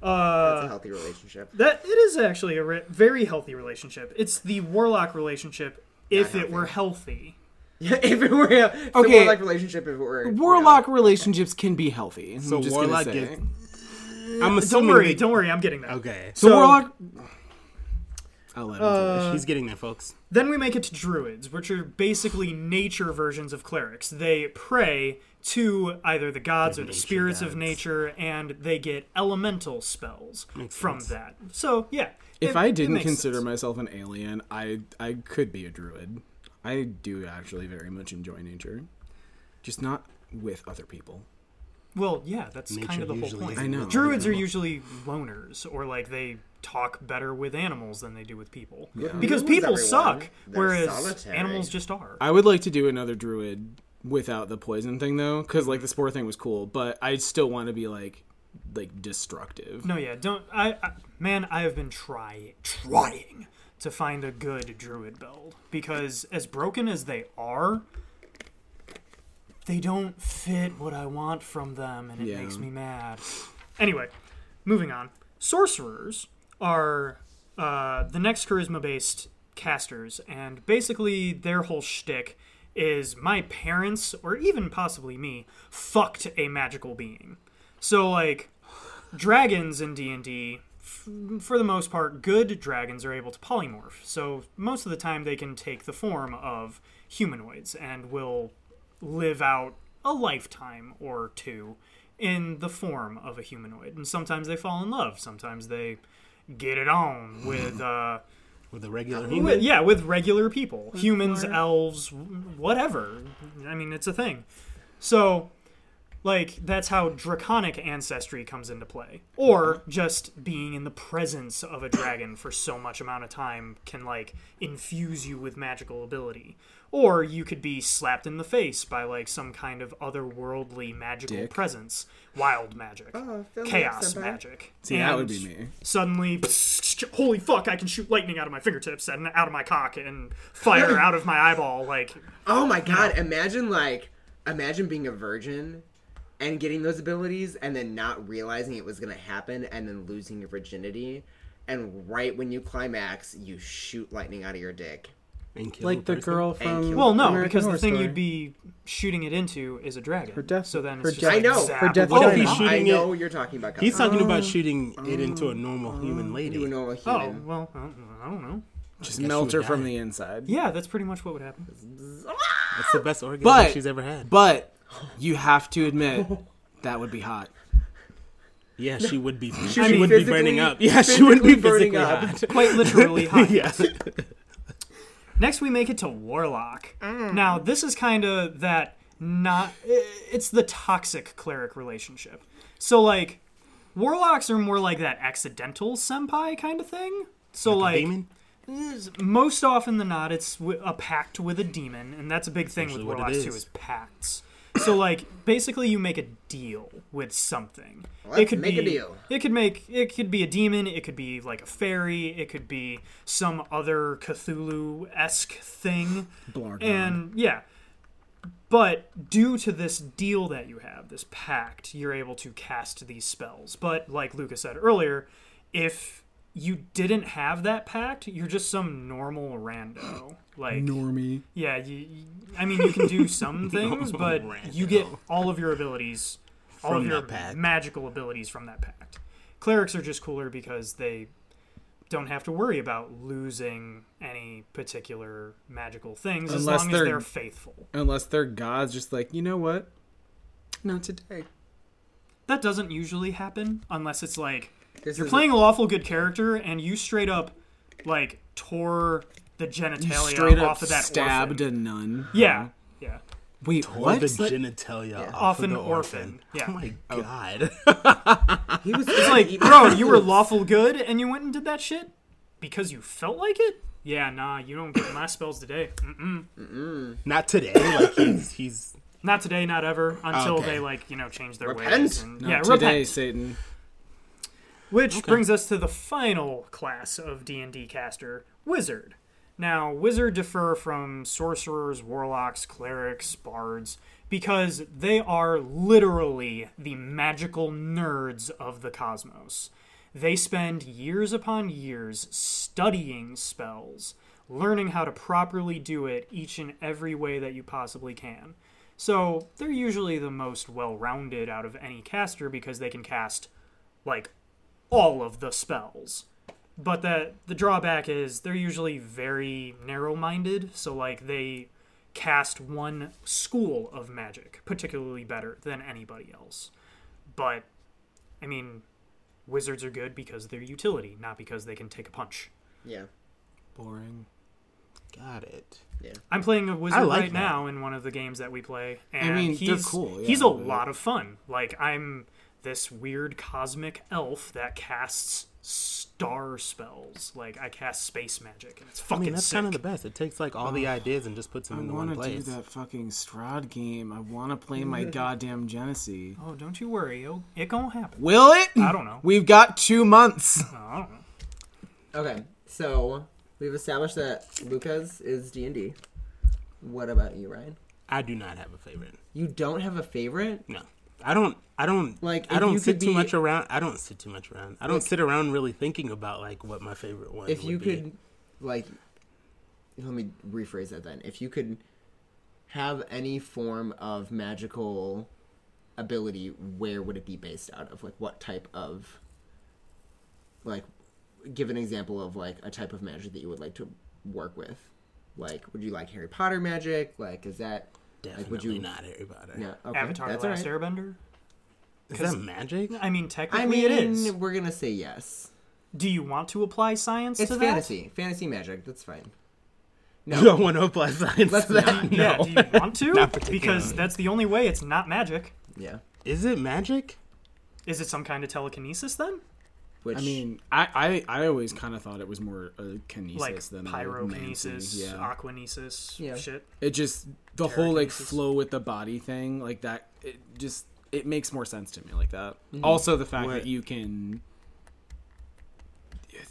[SPEAKER 3] Uh,
[SPEAKER 1] That's a healthy relationship.
[SPEAKER 3] That it is actually a re- very healthy relationship. It's the warlock relationship if it
[SPEAKER 1] healthy.
[SPEAKER 3] were healthy.
[SPEAKER 1] if it were a, it's a
[SPEAKER 4] Okay.
[SPEAKER 1] warlock relationship, if it were
[SPEAKER 4] Warlock relationships can be healthy.
[SPEAKER 2] So
[SPEAKER 4] I'm just gonna
[SPEAKER 2] warlock
[SPEAKER 4] say.
[SPEAKER 2] gets. I'm
[SPEAKER 3] Don't
[SPEAKER 2] assuming.
[SPEAKER 3] worry.
[SPEAKER 2] they-
[SPEAKER 3] Don't worry. I'm getting that.
[SPEAKER 2] Okay.
[SPEAKER 4] So,
[SPEAKER 3] So-
[SPEAKER 4] warlock. I'll let him
[SPEAKER 3] Uh,
[SPEAKER 2] He's getting there, folks.
[SPEAKER 3] Then we make it to druids, which are basically nature versions of clerics. They pray to either the gods or the
[SPEAKER 2] nature
[SPEAKER 3] spirits
[SPEAKER 2] gods.
[SPEAKER 3] of nature, and they get elemental spells from
[SPEAKER 2] sense.
[SPEAKER 3] that. So yeah,
[SPEAKER 4] If
[SPEAKER 3] it-
[SPEAKER 4] I
[SPEAKER 3] it
[SPEAKER 4] didn't
[SPEAKER 3] makes
[SPEAKER 4] consider
[SPEAKER 3] sense.
[SPEAKER 4] myself an alien, I I could be a druid. I do actually very much enjoy nature, just not with other people.
[SPEAKER 3] well, yeah, that's kind
[SPEAKER 2] Nature
[SPEAKER 3] of the whole
[SPEAKER 2] usually
[SPEAKER 3] point.
[SPEAKER 2] isn't
[SPEAKER 4] I know.
[SPEAKER 3] Druids are usually loners, or like they talk better with animals than they do with people, because
[SPEAKER 1] humans,
[SPEAKER 3] people
[SPEAKER 1] everyone,
[SPEAKER 3] suck,
[SPEAKER 1] they're
[SPEAKER 3] whereas
[SPEAKER 1] solitary.
[SPEAKER 3] animals just are.
[SPEAKER 4] I would like to do another druid without the poison thing though, because like the spore thing was cool, but I still want to be like like destructive.
[SPEAKER 3] No, yeah, don't. I, I man, I have been trying, trying to find a good druid build because as broken as they are, they don't fit what I want from them, and it
[SPEAKER 4] Yeah.
[SPEAKER 3] makes me mad. Anyway, moving on. Sorcerers are uh, the next charisma-based casters, and basically their whole shtick is my parents, or even possibly me, fucked a magical being. So like dragons in d&d f- for the most part good dragons are able to polymorph so most of the time they can take the form of humanoids and will live out a lifetime or two in the form of a humanoid and sometimes they fall in love sometimes they get it on with uh
[SPEAKER 2] with a regular
[SPEAKER 3] with-
[SPEAKER 2] human.
[SPEAKER 3] yeah with regular people humans elves whatever i mean it's a thing so like that's how draconic ancestry comes into play or just being in the presence of a dragon for so much amount of time can like infuse you with magical ability or you could be slapped in the face by like some kind of otherworldly magical
[SPEAKER 4] Dick.
[SPEAKER 3] presence wild magic
[SPEAKER 1] fill me up,
[SPEAKER 3] chaos
[SPEAKER 1] senpai.
[SPEAKER 3] magic
[SPEAKER 4] See, that would be me.
[SPEAKER 3] suddenly holy fuck i can shoot lightning out of my fingertips and out of my cock and fire out of my eyeball like
[SPEAKER 1] Oh my god, imagine like imagine being a virgin and getting those abilities and then not realizing it was going to happen and then losing your virginity and right when you climax you shoot lightning out of your dick.
[SPEAKER 2] and kill
[SPEAKER 4] Like the
[SPEAKER 2] person.
[SPEAKER 4] girl from.
[SPEAKER 1] you.
[SPEAKER 3] well no
[SPEAKER 4] American
[SPEAKER 3] because the
[SPEAKER 4] Horror
[SPEAKER 3] thing
[SPEAKER 4] Story.
[SPEAKER 3] you'd be shooting it into is a dragon her
[SPEAKER 4] death-
[SPEAKER 3] so then
[SPEAKER 4] her
[SPEAKER 3] it's just
[SPEAKER 4] death-
[SPEAKER 1] I
[SPEAKER 3] like,
[SPEAKER 1] know.
[SPEAKER 3] zap.
[SPEAKER 4] Her death
[SPEAKER 3] What if
[SPEAKER 2] in
[SPEAKER 3] he's
[SPEAKER 2] a
[SPEAKER 3] shooting-
[SPEAKER 1] I
[SPEAKER 2] shooting
[SPEAKER 1] know you're talking about
[SPEAKER 2] He's
[SPEAKER 1] Kyle.
[SPEAKER 2] talking about shooting it into a normal human lady.
[SPEAKER 1] you know a
[SPEAKER 3] oh
[SPEAKER 1] human.
[SPEAKER 3] well I don't- i don't know
[SPEAKER 4] Just
[SPEAKER 2] she
[SPEAKER 4] melt her
[SPEAKER 2] would
[SPEAKER 4] from
[SPEAKER 2] die.
[SPEAKER 4] the inside.
[SPEAKER 3] yeah that's pretty much what would happen
[SPEAKER 2] That's the best orgasm
[SPEAKER 4] But-
[SPEAKER 2] she's ever had.
[SPEAKER 4] But you have to admit that would be hot.
[SPEAKER 2] yeah, she would be. She,
[SPEAKER 1] would be
[SPEAKER 2] would be burning
[SPEAKER 1] physically-
[SPEAKER 2] up. Yeah, she would be
[SPEAKER 1] physically burning
[SPEAKER 2] physically
[SPEAKER 1] up.
[SPEAKER 2] hot.
[SPEAKER 3] quite literally hot
[SPEAKER 2] Yeah.
[SPEAKER 3] Next, we make it to Warlock. Now, this is kind of that not. i- It's the toxic cleric relationship. So, like, Warlocks are more like that accidental senpai kind of thing. So, like,
[SPEAKER 2] Demon.
[SPEAKER 3] most often than not, it's w- a pact with a demon, and that's a big thing with
[SPEAKER 2] Essentially what it
[SPEAKER 3] Warlocks too.
[SPEAKER 2] is.
[SPEAKER 3] Is pacts. So like, basically, you make a deal with something.
[SPEAKER 1] Let's make a
[SPEAKER 3] be-
[SPEAKER 1] deal.
[SPEAKER 3] It could make it could be a demon. It could be like a fairy. It could be some other Cthulhu esque thing.
[SPEAKER 4] Blargon.
[SPEAKER 3] And yeah. But due to this deal that you have, this pact, you're able to cast these spells. But like Luca said earlier, if you didn't have that pact, you're just some normal rando. Like
[SPEAKER 4] Normie.
[SPEAKER 3] yeah, you, you- I mean you can do some things, but you get all of your abilities, all
[SPEAKER 2] From
[SPEAKER 3] of your
[SPEAKER 2] that pact.
[SPEAKER 3] magical abilities from that pact. Clerics are just cooler because they don't have to worry about losing any particular magical things
[SPEAKER 4] Unless
[SPEAKER 3] as long
[SPEAKER 4] they're-
[SPEAKER 3] as they're faithful.
[SPEAKER 4] Unless they're gods, just like, you know what? Not today.
[SPEAKER 3] That doesn't usually happen unless it's like
[SPEAKER 1] This
[SPEAKER 3] you're
[SPEAKER 1] is-
[SPEAKER 3] playing a lawful good character and you straight up like tore the genitalia
[SPEAKER 4] Straight up
[SPEAKER 3] off of that
[SPEAKER 4] stabbed
[SPEAKER 3] orphan.
[SPEAKER 4] a nun.
[SPEAKER 3] Yeah. Yeah.
[SPEAKER 4] Wait,
[SPEAKER 2] What?
[SPEAKER 4] what?
[SPEAKER 2] The
[SPEAKER 4] Like,
[SPEAKER 2] genitalia off
[SPEAKER 3] Off
[SPEAKER 2] of
[SPEAKER 3] an
[SPEAKER 2] the
[SPEAKER 3] orphan.
[SPEAKER 2] orphan.
[SPEAKER 3] Yeah.
[SPEAKER 2] Oh my god.
[SPEAKER 1] He was
[SPEAKER 3] like, bro, you were lawful good and you went and did that shit because you felt like it. Yeah, nah, you don't get my spells today.
[SPEAKER 2] Not today. Like he's he's
[SPEAKER 3] Not today, not ever. Until
[SPEAKER 2] Okay.
[SPEAKER 3] they like you know change their ways.
[SPEAKER 1] Repent.
[SPEAKER 3] And,
[SPEAKER 4] not
[SPEAKER 3] yeah,
[SPEAKER 4] today,
[SPEAKER 3] repent.
[SPEAKER 4] Satan.
[SPEAKER 3] Which brings us to the final class of D and D caster, wizard. Now, wizard differ from sorcerers, warlocks, clerics, bards because they are literally the magical nerds of the cosmos. They spend years upon years studying spells, learning how to properly do it each and every way that you possibly can. So, they're usually the most well-rounded out of any caster because they can cast like all of the spells. But the the drawback is they're usually very narrow-minded, so like they cast one school of magic particularly better than anybody else. But I mean, wizards are good because they're utility, not because they can take a punch.
[SPEAKER 1] Yeah.
[SPEAKER 4] Boring.
[SPEAKER 2] got it.
[SPEAKER 3] I'm playing a wizard
[SPEAKER 2] I like
[SPEAKER 3] right
[SPEAKER 2] that.
[SPEAKER 3] now in one of the games that we play, and
[SPEAKER 4] mean, they're
[SPEAKER 3] he's
[SPEAKER 4] cool, yeah,
[SPEAKER 3] he's a
[SPEAKER 4] but-
[SPEAKER 3] lot of fun. Like I'm this weird cosmic elf that casts star spells. Like I cast space magic, and it's
[SPEAKER 2] I
[SPEAKER 3] fucking
[SPEAKER 2] mean that's
[SPEAKER 3] sick.
[SPEAKER 2] kind of the best. It takes like all the ideas and just puts them
[SPEAKER 4] I
[SPEAKER 2] into
[SPEAKER 4] want
[SPEAKER 2] one
[SPEAKER 4] to do
[SPEAKER 2] place.
[SPEAKER 4] that fucking Strahd game. I want to play my goddamn Genesee.
[SPEAKER 3] oh, don't you worry, it'll, it gonna happen.
[SPEAKER 4] Will it?
[SPEAKER 3] I don't know.
[SPEAKER 4] We've got two months.
[SPEAKER 3] No, I don't know.
[SPEAKER 1] Okay. So, we've established that Lucas is D&D. What about you, Ryan?
[SPEAKER 2] I do not have a favorite.
[SPEAKER 1] You don't have a favorite?
[SPEAKER 2] No. I don't. I don't
[SPEAKER 1] Like,
[SPEAKER 2] like.
[SPEAKER 1] if
[SPEAKER 2] I
[SPEAKER 1] you
[SPEAKER 2] don't sit
[SPEAKER 1] could
[SPEAKER 2] too
[SPEAKER 1] be-
[SPEAKER 2] much around. I don't sit too much around. I don't sit around really thinking about like what my favorite one.
[SPEAKER 1] if
[SPEAKER 2] would
[SPEAKER 1] you
[SPEAKER 2] be.
[SPEAKER 1] could like let me rephrase that then if you could have any form of magical ability where would it be based out of like what type of like give an example of like a type of magic that you would like to work with like would you like harry potter magic like is that
[SPEAKER 2] definitely
[SPEAKER 1] would you-
[SPEAKER 2] not Harry Potter.
[SPEAKER 1] no okay
[SPEAKER 3] Avatar:
[SPEAKER 1] that's
[SPEAKER 3] The
[SPEAKER 1] all
[SPEAKER 3] Last
[SPEAKER 1] right.
[SPEAKER 3] Airbender.
[SPEAKER 2] Is that magic?
[SPEAKER 3] I mean,
[SPEAKER 1] i
[SPEAKER 3] technically
[SPEAKER 1] mean
[SPEAKER 3] it is.
[SPEAKER 1] we're gonna say yes
[SPEAKER 3] Do you want to apply science
[SPEAKER 1] It's
[SPEAKER 3] to that?
[SPEAKER 1] fantasy, fantasy magic. That's fine.
[SPEAKER 2] You don't want to apply science.
[SPEAKER 1] Let's
[SPEAKER 2] to
[SPEAKER 1] not-
[SPEAKER 2] that.
[SPEAKER 3] Yeah,
[SPEAKER 2] No.
[SPEAKER 3] do you want to?
[SPEAKER 2] Not particularly.
[SPEAKER 3] because that's the only way it's not magic.
[SPEAKER 1] Yeah,
[SPEAKER 2] Is it magic?
[SPEAKER 3] Is it some kind of telekinesis then?
[SPEAKER 1] which
[SPEAKER 4] I mean, I, I, I always kind of thought it was more a kinesis
[SPEAKER 3] Like
[SPEAKER 4] than a
[SPEAKER 3] pyrokinesis,
[SPEAKER 4] nancy. Yeah.
[SPEAKER 3] aquanesis,
[SPEAKER 1] Yeah.
[SPEAKER 3] shit.
[SPEAKER 4] It just the whole like
[SPEAKER 3] Pyrokinesis.
[SPEAKER 4] flow with the body thing, like that. It just it makes more sense to me like that. Also, the fact
[SPEAKER 2] What-
[SPEAKER 4] that you can.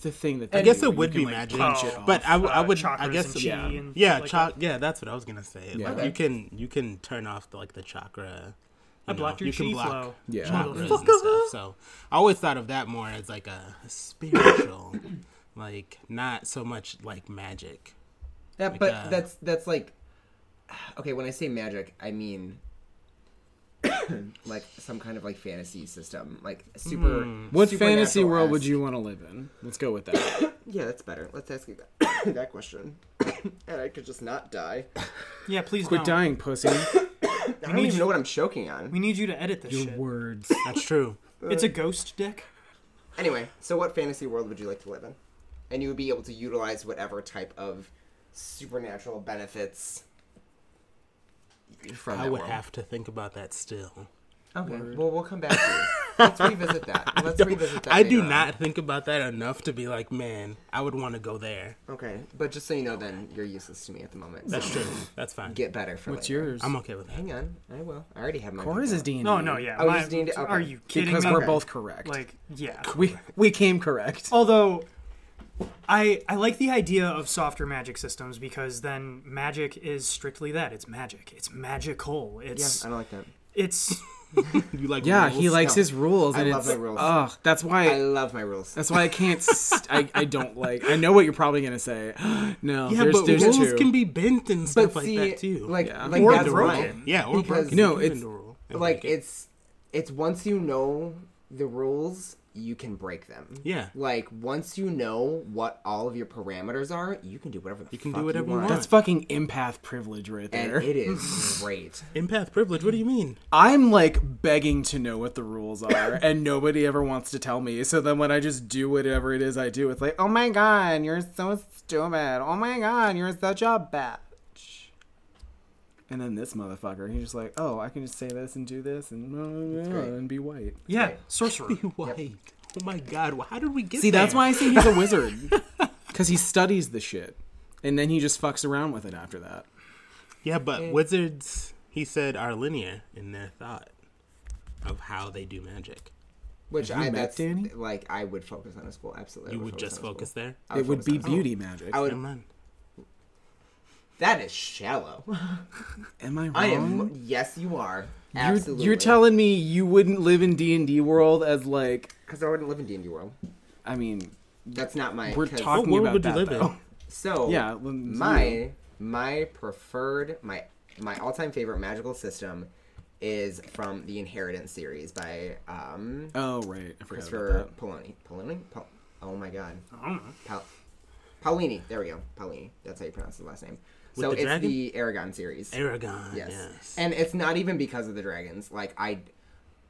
[SPEAKER 4] The thing that
[SPEAKER 2] I
[SPEAKER 4] they
[SPEAKER 2] guess
[SPEAKER 4] do,
[SPEAKER 2] it
[SPEAKER 4] you
[SPEAKER 2] would
[SPEAKER 4] can,
[SPEAKER 2] be
[SPEAKER 4] like,
[SPEAKER 2] magic,
[SPEAKER 4] punch it
[SPEAKER 3] Oh,
[SPEAKER 4] off.
[SPEAKER 2] but I, w- I
[SPEAKER 3] Uh,
[SPEAKER 2] would. I
[SPEAKER 3] chakras
[SPEAKER 2] guess
[SPEAKER 3] and
[SPEAKER 4] yeah.
[SPEAKER 3] chi and
[SPEAKER 2] yeah,
[SPEAKER 3] like
[SPEAKER 2] cha- yeah, that's what I was gonna say.
[SPEAKER 4] Yeah.
[SPEAKER 2] Like, you can you can turn off the, like the chakra.
[SPEAKER 3] I
[SPEAKER 2] you know,
[SPEAKER 3] blocked your
[SPEAKER 2] you can
[SPEAKER 3] chi
[SPEAKER 2] block
[SPEAKER 3] flow.
[SPEAKER 4] Yeah.
[SPEAKER 2] chakras and
[SPEAKER 3] Motherfucker.
[SPEAKER 2] stuff. So I always thought of that more as like a spiritual, like not so much like magic.
[SPEAKER 1] that, but
[SPEAKER 2] uh,
[SPEAKER 1] that's that's like, okay. When I say magic, I mean like some kind of like fantasy system, like super.
[SPEAKER 4] What
[SPEAKER 1] supernatural
[SPEAKER 4] fantasy world would
[SPEAKER 1] esque.
[SPEAKER 4] you want to live in? Let's go with that.
[SPEAKER 1] Yeah, that's better. Let's ask you that, that question, and I could just not die. I
[SPEAKER 3] Yeah, please
[SPEAKER 4] Quit
[SPEAKER 3] don't.
[SPEAKER 4] dying, pussy.
[SPEAKER 1] don't
[SPEAKER 3] need
[SPEAKER 1] even
[SPEAKER 3] you-
[SPEAKER 1] know what I'm choking on.
[SPEAKER 3] We need you to edit this
[SPEAKER 4] Your
[SPEAKER 3] shit.
[SPEAKER 4] words.
[SPEAKER 2] That's true.
[SPEAKER 3] It's a ghost dick.
[SPEAKER 1] Anyway, so what fantasy world would you like to live in? And you would be able to utilize whatever type of supernatural benefits from
[SPEAKER 2] I
[SPEAKER 1] that
[SPEAKER 2] would
[SPEAKER 1] world.
[SPEAKER 2] have to think about that still.
[SPEAKER 1] Okay. Well, we'll come back to you. Let's revisit that. Let's revisit that.
[SPEAKER 2] I do
[SPEAKER 1] later on.
[SPEAKER 2] not think about that enough to be like, man, I would want to go there.
[SPEAKER 1] Okay, but just so you know, then you're useless to me at the moment. So
[SPEAKER 2] That's true. That's fine.
[SPEAKER 1] get better for
[SPEAKER 4] What's
[SPEAKER 1] later.
[SPEAKER 4] yours?
[SPEAKER 2] I'm okay with that.
[SPEAKER 1] Hang on, I will. I already have my.
[SPEAKER 4] Cora's is
[SPEAKER 1] picked out.
[SPEAKER 4] D and
[SPEAKER 3] No, no, yeah.
[SPEAKER 1] I was
[SPEAKER 3] my-
[SPEAKER 1] just needing to- okay.
[SPEAKER 3] Are you kidding
[SPEAKER 4] Because
[SPEAKER 3] me?
[SPEAKER 4] we're both correct.
[SPEAKER 3] like, yeah.
[SPEAKER 4] we we came correct.
[SPEAKER 1] Oh,
[SPEAKER 3] Although, I I like the idea of softer magic systems because then magic is strictly that. It's magic. It's magical.
[SPEAKER 1] Yeah,
[SPEAKER 3] It's
[SPEAKER 1] I don't like that.
[SPEAKER 3] it's
[SPEAKER 2] You like
[SPEAKER 4] Yeah,
[SPEAKER 2] rules?
[SPEAKER 4] he likes
[SPEAKER 1] No.
[SPEAKER 4] his rules.
[SPEAKER 1] I
[SPEAKER 4] And
[SPEAKER 1] love
[SPEAKER 4] it's,
[SPEAKER 1] my rules.
[SPEAKER 4] Ugh, that's why.
[SPEAKER 1] I love my rules.
[SPEAKER 4] that's why I can't. s- I, I don't like. I know what you're probably gonna say. no,
[SPEAKER 2] Yeah,
[SPEAKER 4] there's,
[SPEAKER 2] but
[SPEAKER 4] there's
[SPEAKER 2] rules
[SPEAKER 4] two.
[SPEAKER 2] can be bent and
[SPEAKER 1] but
[SPEAKER 2] stuff
[SPEAKER 1] see,
[SPEAKER 2] like that too.
[SPEAKER 1] like,
[SPEAKER 4] Yeah.
[SPEAKER 1] like
[SPEAKER 3] Or
[SPEAKER 1] that's
[SPEAKER 3] broken.
[SPEAKER 1] why.
[SPEAKER 2] yeah, or
[SPEAKER 1] because-
[SPEAKER 2] broken.
[SPEAKER 4] No,
[SPEAKER 2] You can
[SPEAKER 4] it's-
[SPEAKER 2] bend a rule and
[SPEAKER 1] like
[SPEAKER 2] break it.
[SPEAKER 1] it's it's once you know the rules you can break them
[SPEAKER 2] Yeah.
[SPEAKER 1] like once you know what all of your parameters are you can do whatever the you
[SPEAKER 2] can do whatever you
[SPEAKER 1] you want,
[SPEAKER 2] want.
[SPEAKER 4] That's fucking empath privilege right
[SPEAKER 1] and
[SPEAKER 4] there.
[SPEAKER 1] it is great
[SPEAKER 2] empath privilege. What do you mean?
[SPEAKER 4] I'm like begging to know what the rules are, and nobody ever wants to tell me. So then when I just do whatever it is I do, it's like, oh my god, you're so stupid. Oh my god, you're such a bitch. And then this motherfucker, he's just like, oh, I can just say this and do this and, uh,
[SPEAKER 1] great.
[SPEAKER 4] and be white.
[SPEAKER 3] yeah sorcerer.
[SPEAKER 2] White. Oh my god! wh- How did we get?
[SPEAKER 4] See, that's
[SPEAKER 2] there?
[SPEAKER 4] why I say he's a wizard. Because he studies the shit. And then he just fucks around with it after that.
[SPEAKER 2] Yeah, but wizards, he said, are linear in their thought of how they do magic.
[SPEAKER 1] which
[SPEAKER 4] you
[SPEAKER 1] i
[SPEAKER 4] met
[SPEAKER 1] that's
[SPEAKER 4] Danny?
[SPEAKER 1] like i would focus on a school absolutely I
[SPEAKER 2] You would
[SPEAKER 1] focus
[SPEAKER 2] just
[SPEAKER 1] on a
[SPEAKER 2] focus
[SPEAKER 1] school.
[SPEAKER 2] there.
[SPEAKER 1] I
[SPEAKER 4] it would
[SPEAKER 1] focus
[SPEAKER 4] be
[SPEAKER 1] on a school.
[SPEAKER 4] beauty magic.
[SPEAKER 1] I would-
[SPEAKER 2] Come on.
[SPEAKER 1] that is shallow
[SPEAKER 4] Am I wrong?
[SPEAKER 1] i am yes you are
[SPEAKER 4] You're,
[SPEAKER 1] absolutely
[SPEAKER 4] you're telling me you wouldn't live in D and D world as like
[SPEAKER 1] because i wouldn't live in d&d world
[SPEAKER 4] I mean
[SPEAKER 1] that's not my
[SPEAKER 4] we're
[SPEAKER 1] 'cause-
[SPEAKER 4] talking
[SPEAKER 2] world
[SPEAKER 4] about
[SPEAKER 2] would you
[SPEAKER 4] that
[SPEAKER 2] live in?
[SPEAKER 4] though.
[SPEAKER 1] So
[SPEAKER 4] Yeah, well,
[SPEAKER 1] my my preferred my my all time favorite magical system is from the Inheritance series by um
[SPEAKER 4] Oh right, I forgot
[SPEAKER 1] Christopher
[SPEAKER 4] about
[SPEAKER 1] Poloni. Poloni? Pol- oh my god,
[SPEAKER 3] I don't know.
[SPEAKER 1] Pal- Paulini. There we go, Paulini. That's how you pronounce his last name. so
[SPEAKER 2] the
[SPEAKER 1] it's
[SPEAKER 2] dragon?
[SPEAKER 1] the Aragon series.
[SPEAKER 2] Aragon.
[SPEAKER 1] Yes.
[SPEAKER 2] Yes.
[SPEAKER 1] And it's not even because of the dragons. Like I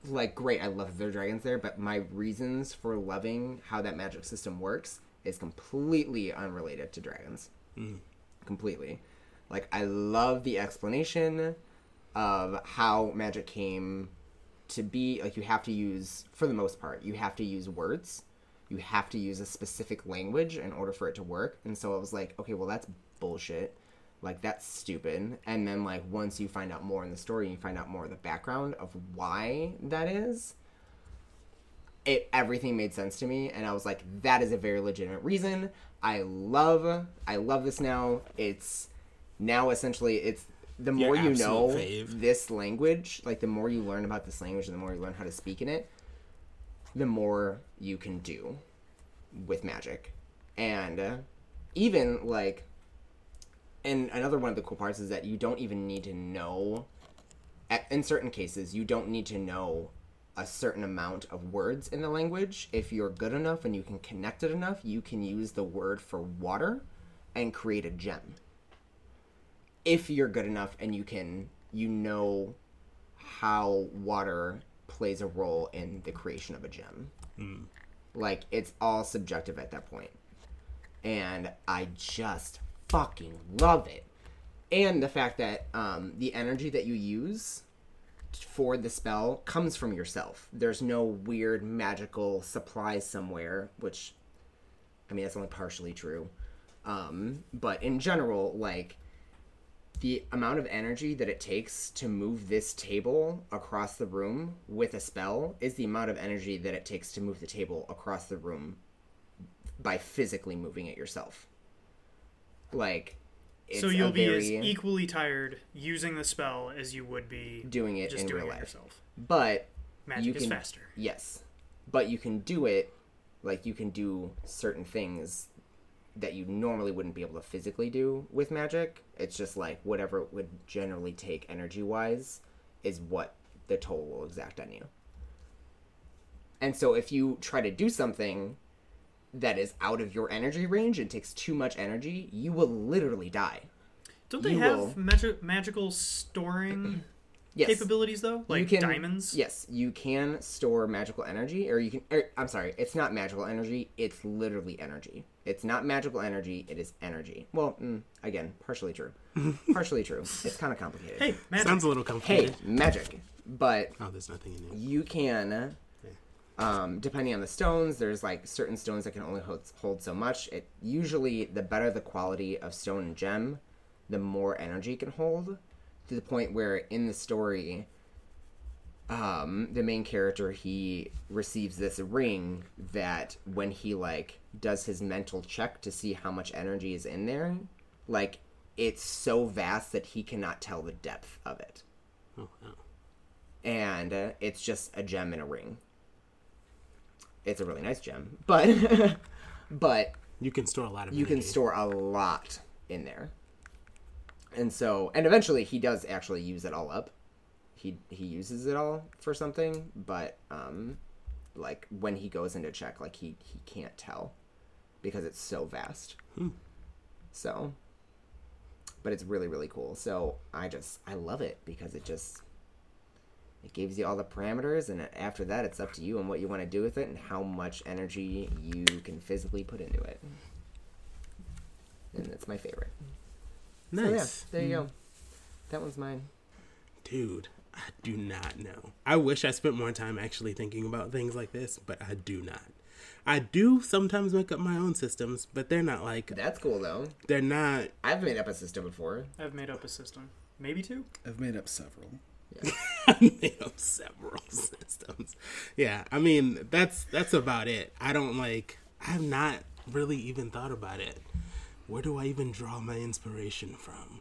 [SPEAKER 1] like great, I love their dragons there, but my reasons for loving how that magic system works is completely unrelated to dragons. Completely. Like I love the explanation of how magic came to be like you have to use for the most part, you have to use words. You have to use a specific language in order for it to work. And so I was like, okay, well that's bullshit like that's stupid and then like once you find out more in the story you find out more of the background of why that is it everything made sense to me and i was like that is a very legitimate reason i love i love this now it's now essentially it's the more you
[SPEAKER 2] absolute
[SPEAKER 1] know
[SPEAKER 2] fave.
[SPEAKER 1] this language like the more you learn about this language and the more you learn how to speak in it the more you can do with magic and uh, even like and another one of the cool parts is that you don't even need to know at- in certain cases you don't need to know a certain amount of words in the language if you're good enough and you can connect it enough you can use the word for water and create a gem if you're good enough and you can you know how water plays a role in the creation of a gem Like it's all subjective at that point. And I just fucking love it. And the fact that um, the energy that you use for the spell comes from yourself. There's no weird magical supply somewhere, which I mean that's only partially true. Um, but in general, like the amount of energy that it takes to move this table across the room with a spell is the amount of energy that it takes to move the table across the room by physically moving it yourself. Like, it's
[SPEAKER 3] so you'll
[SPEAKER 1] a
[SPEAKER 3] be as
[SPEAKER 1] very-
[SPEAKER 3] equally tired using the spell as you would be
[SPEAKER 1] doing it
[SPEAKER 3] just
[SPEAKER 1] in
[SPEAKER 3] doing
[SPEAKER 1] real
[SPEAKER 3] it
[SPEAKER 1] life.
[SPEAKER 3] yourself.
[SPEAKER 1] But
[SPEAKER 3] Magic
[SPEAKER 1] you
[SPEAKER 3] is
[SPEAKER 1] can,
[SPEAKER 3] faster.
[SPEAKER 1] Yes, but you can do it. Like you can do certain things that you normally wouldn't be able to physically do with magic. It's just like whatever it would generally take energy wise is what the toll will exact on you. And so if you try to do something that is out of your energy range and takes too much energy, you will literally die.
[SPEAKER 3] Don't they
[SPEAKER 1] you
[SPEAKER 3] have
[SPEAKER 1] will-
[SPEAKER 3] magi- magical storing
[SPEAKER 1] Yes.
[SPEAKER 3] capabilities though? Like
[SPEAKER 1] you can,
[SPEAKER 3] diamonds?
[SPEAKER 1] Yes, you can store magical energy, or you can. Er, I'm sorry, it's not magical energy. It's literally energy. It's not magical energy. It is energy. Well, mm, again, partially true. partially true. It's kind of complicated.
[SPEAKER 3] Hey, magic.
[SPEAKER 2] Sounds a little
[SPEAKER 1] Hey,
[SPEAKER 2] complicated.
[SPEAKER 1] magic. But
[SPEAKER 2] Oh, there's nothing in there.
[SPEAKER 1] you can. Um, depending on the stones, there's like certain stones that can only hold, hold so much. It usually the better the quality of stone and gem, the more energy it can hold, to the point where in the story, um, the main character he receives this ring that when he like does his mental check to see how much energy is in there, like it's so vast that he cannot tell the depth of it
[SPEAKER 2] Oh, wow.
[SPEAKER 1] and uh, it's just a gem in a ring. It's a really nice gem, but but
[SPEAKER 2] You can store a lot of.
[SPEAKER 1] you can
[SPEAKER 2] energy.
[SPEAKER 1] store a lot in there. And so, and eventually, he does actually use it all up. He he uses it all for something, but um, like when he goes into check, like he he can't tell because it's so vast. So, but it's really really cool. So I just I love it because it just it gives you all the parameters, and after that, it's up to you and what you want to do with it and how much energy you can physically put into it. And it's my favorite. So Oh, yeah,
[SPEAKER 2] Nice,
[SPEAKER 1] there you go. That one's mine.
[SPEAKER 2] dude. I do not know. I wish I spent more time actually thinking about things like this, but I do not. I do sometimes make up my own systems, but they're not like
[SPEAKER 1] That's cool though.
[SPEAKER 2] they're not
[SPEAKER 1] I've made up a system before.
[SPEAKER 3] I've made up a system. Maybe two?
[SPEAKER 4] I've made up several.
[SPEAKER 2] they have several systems. Yeah, I mean that's that's about it. I don't like. I have not really even thought about it. Where do I even draw my inspiration from?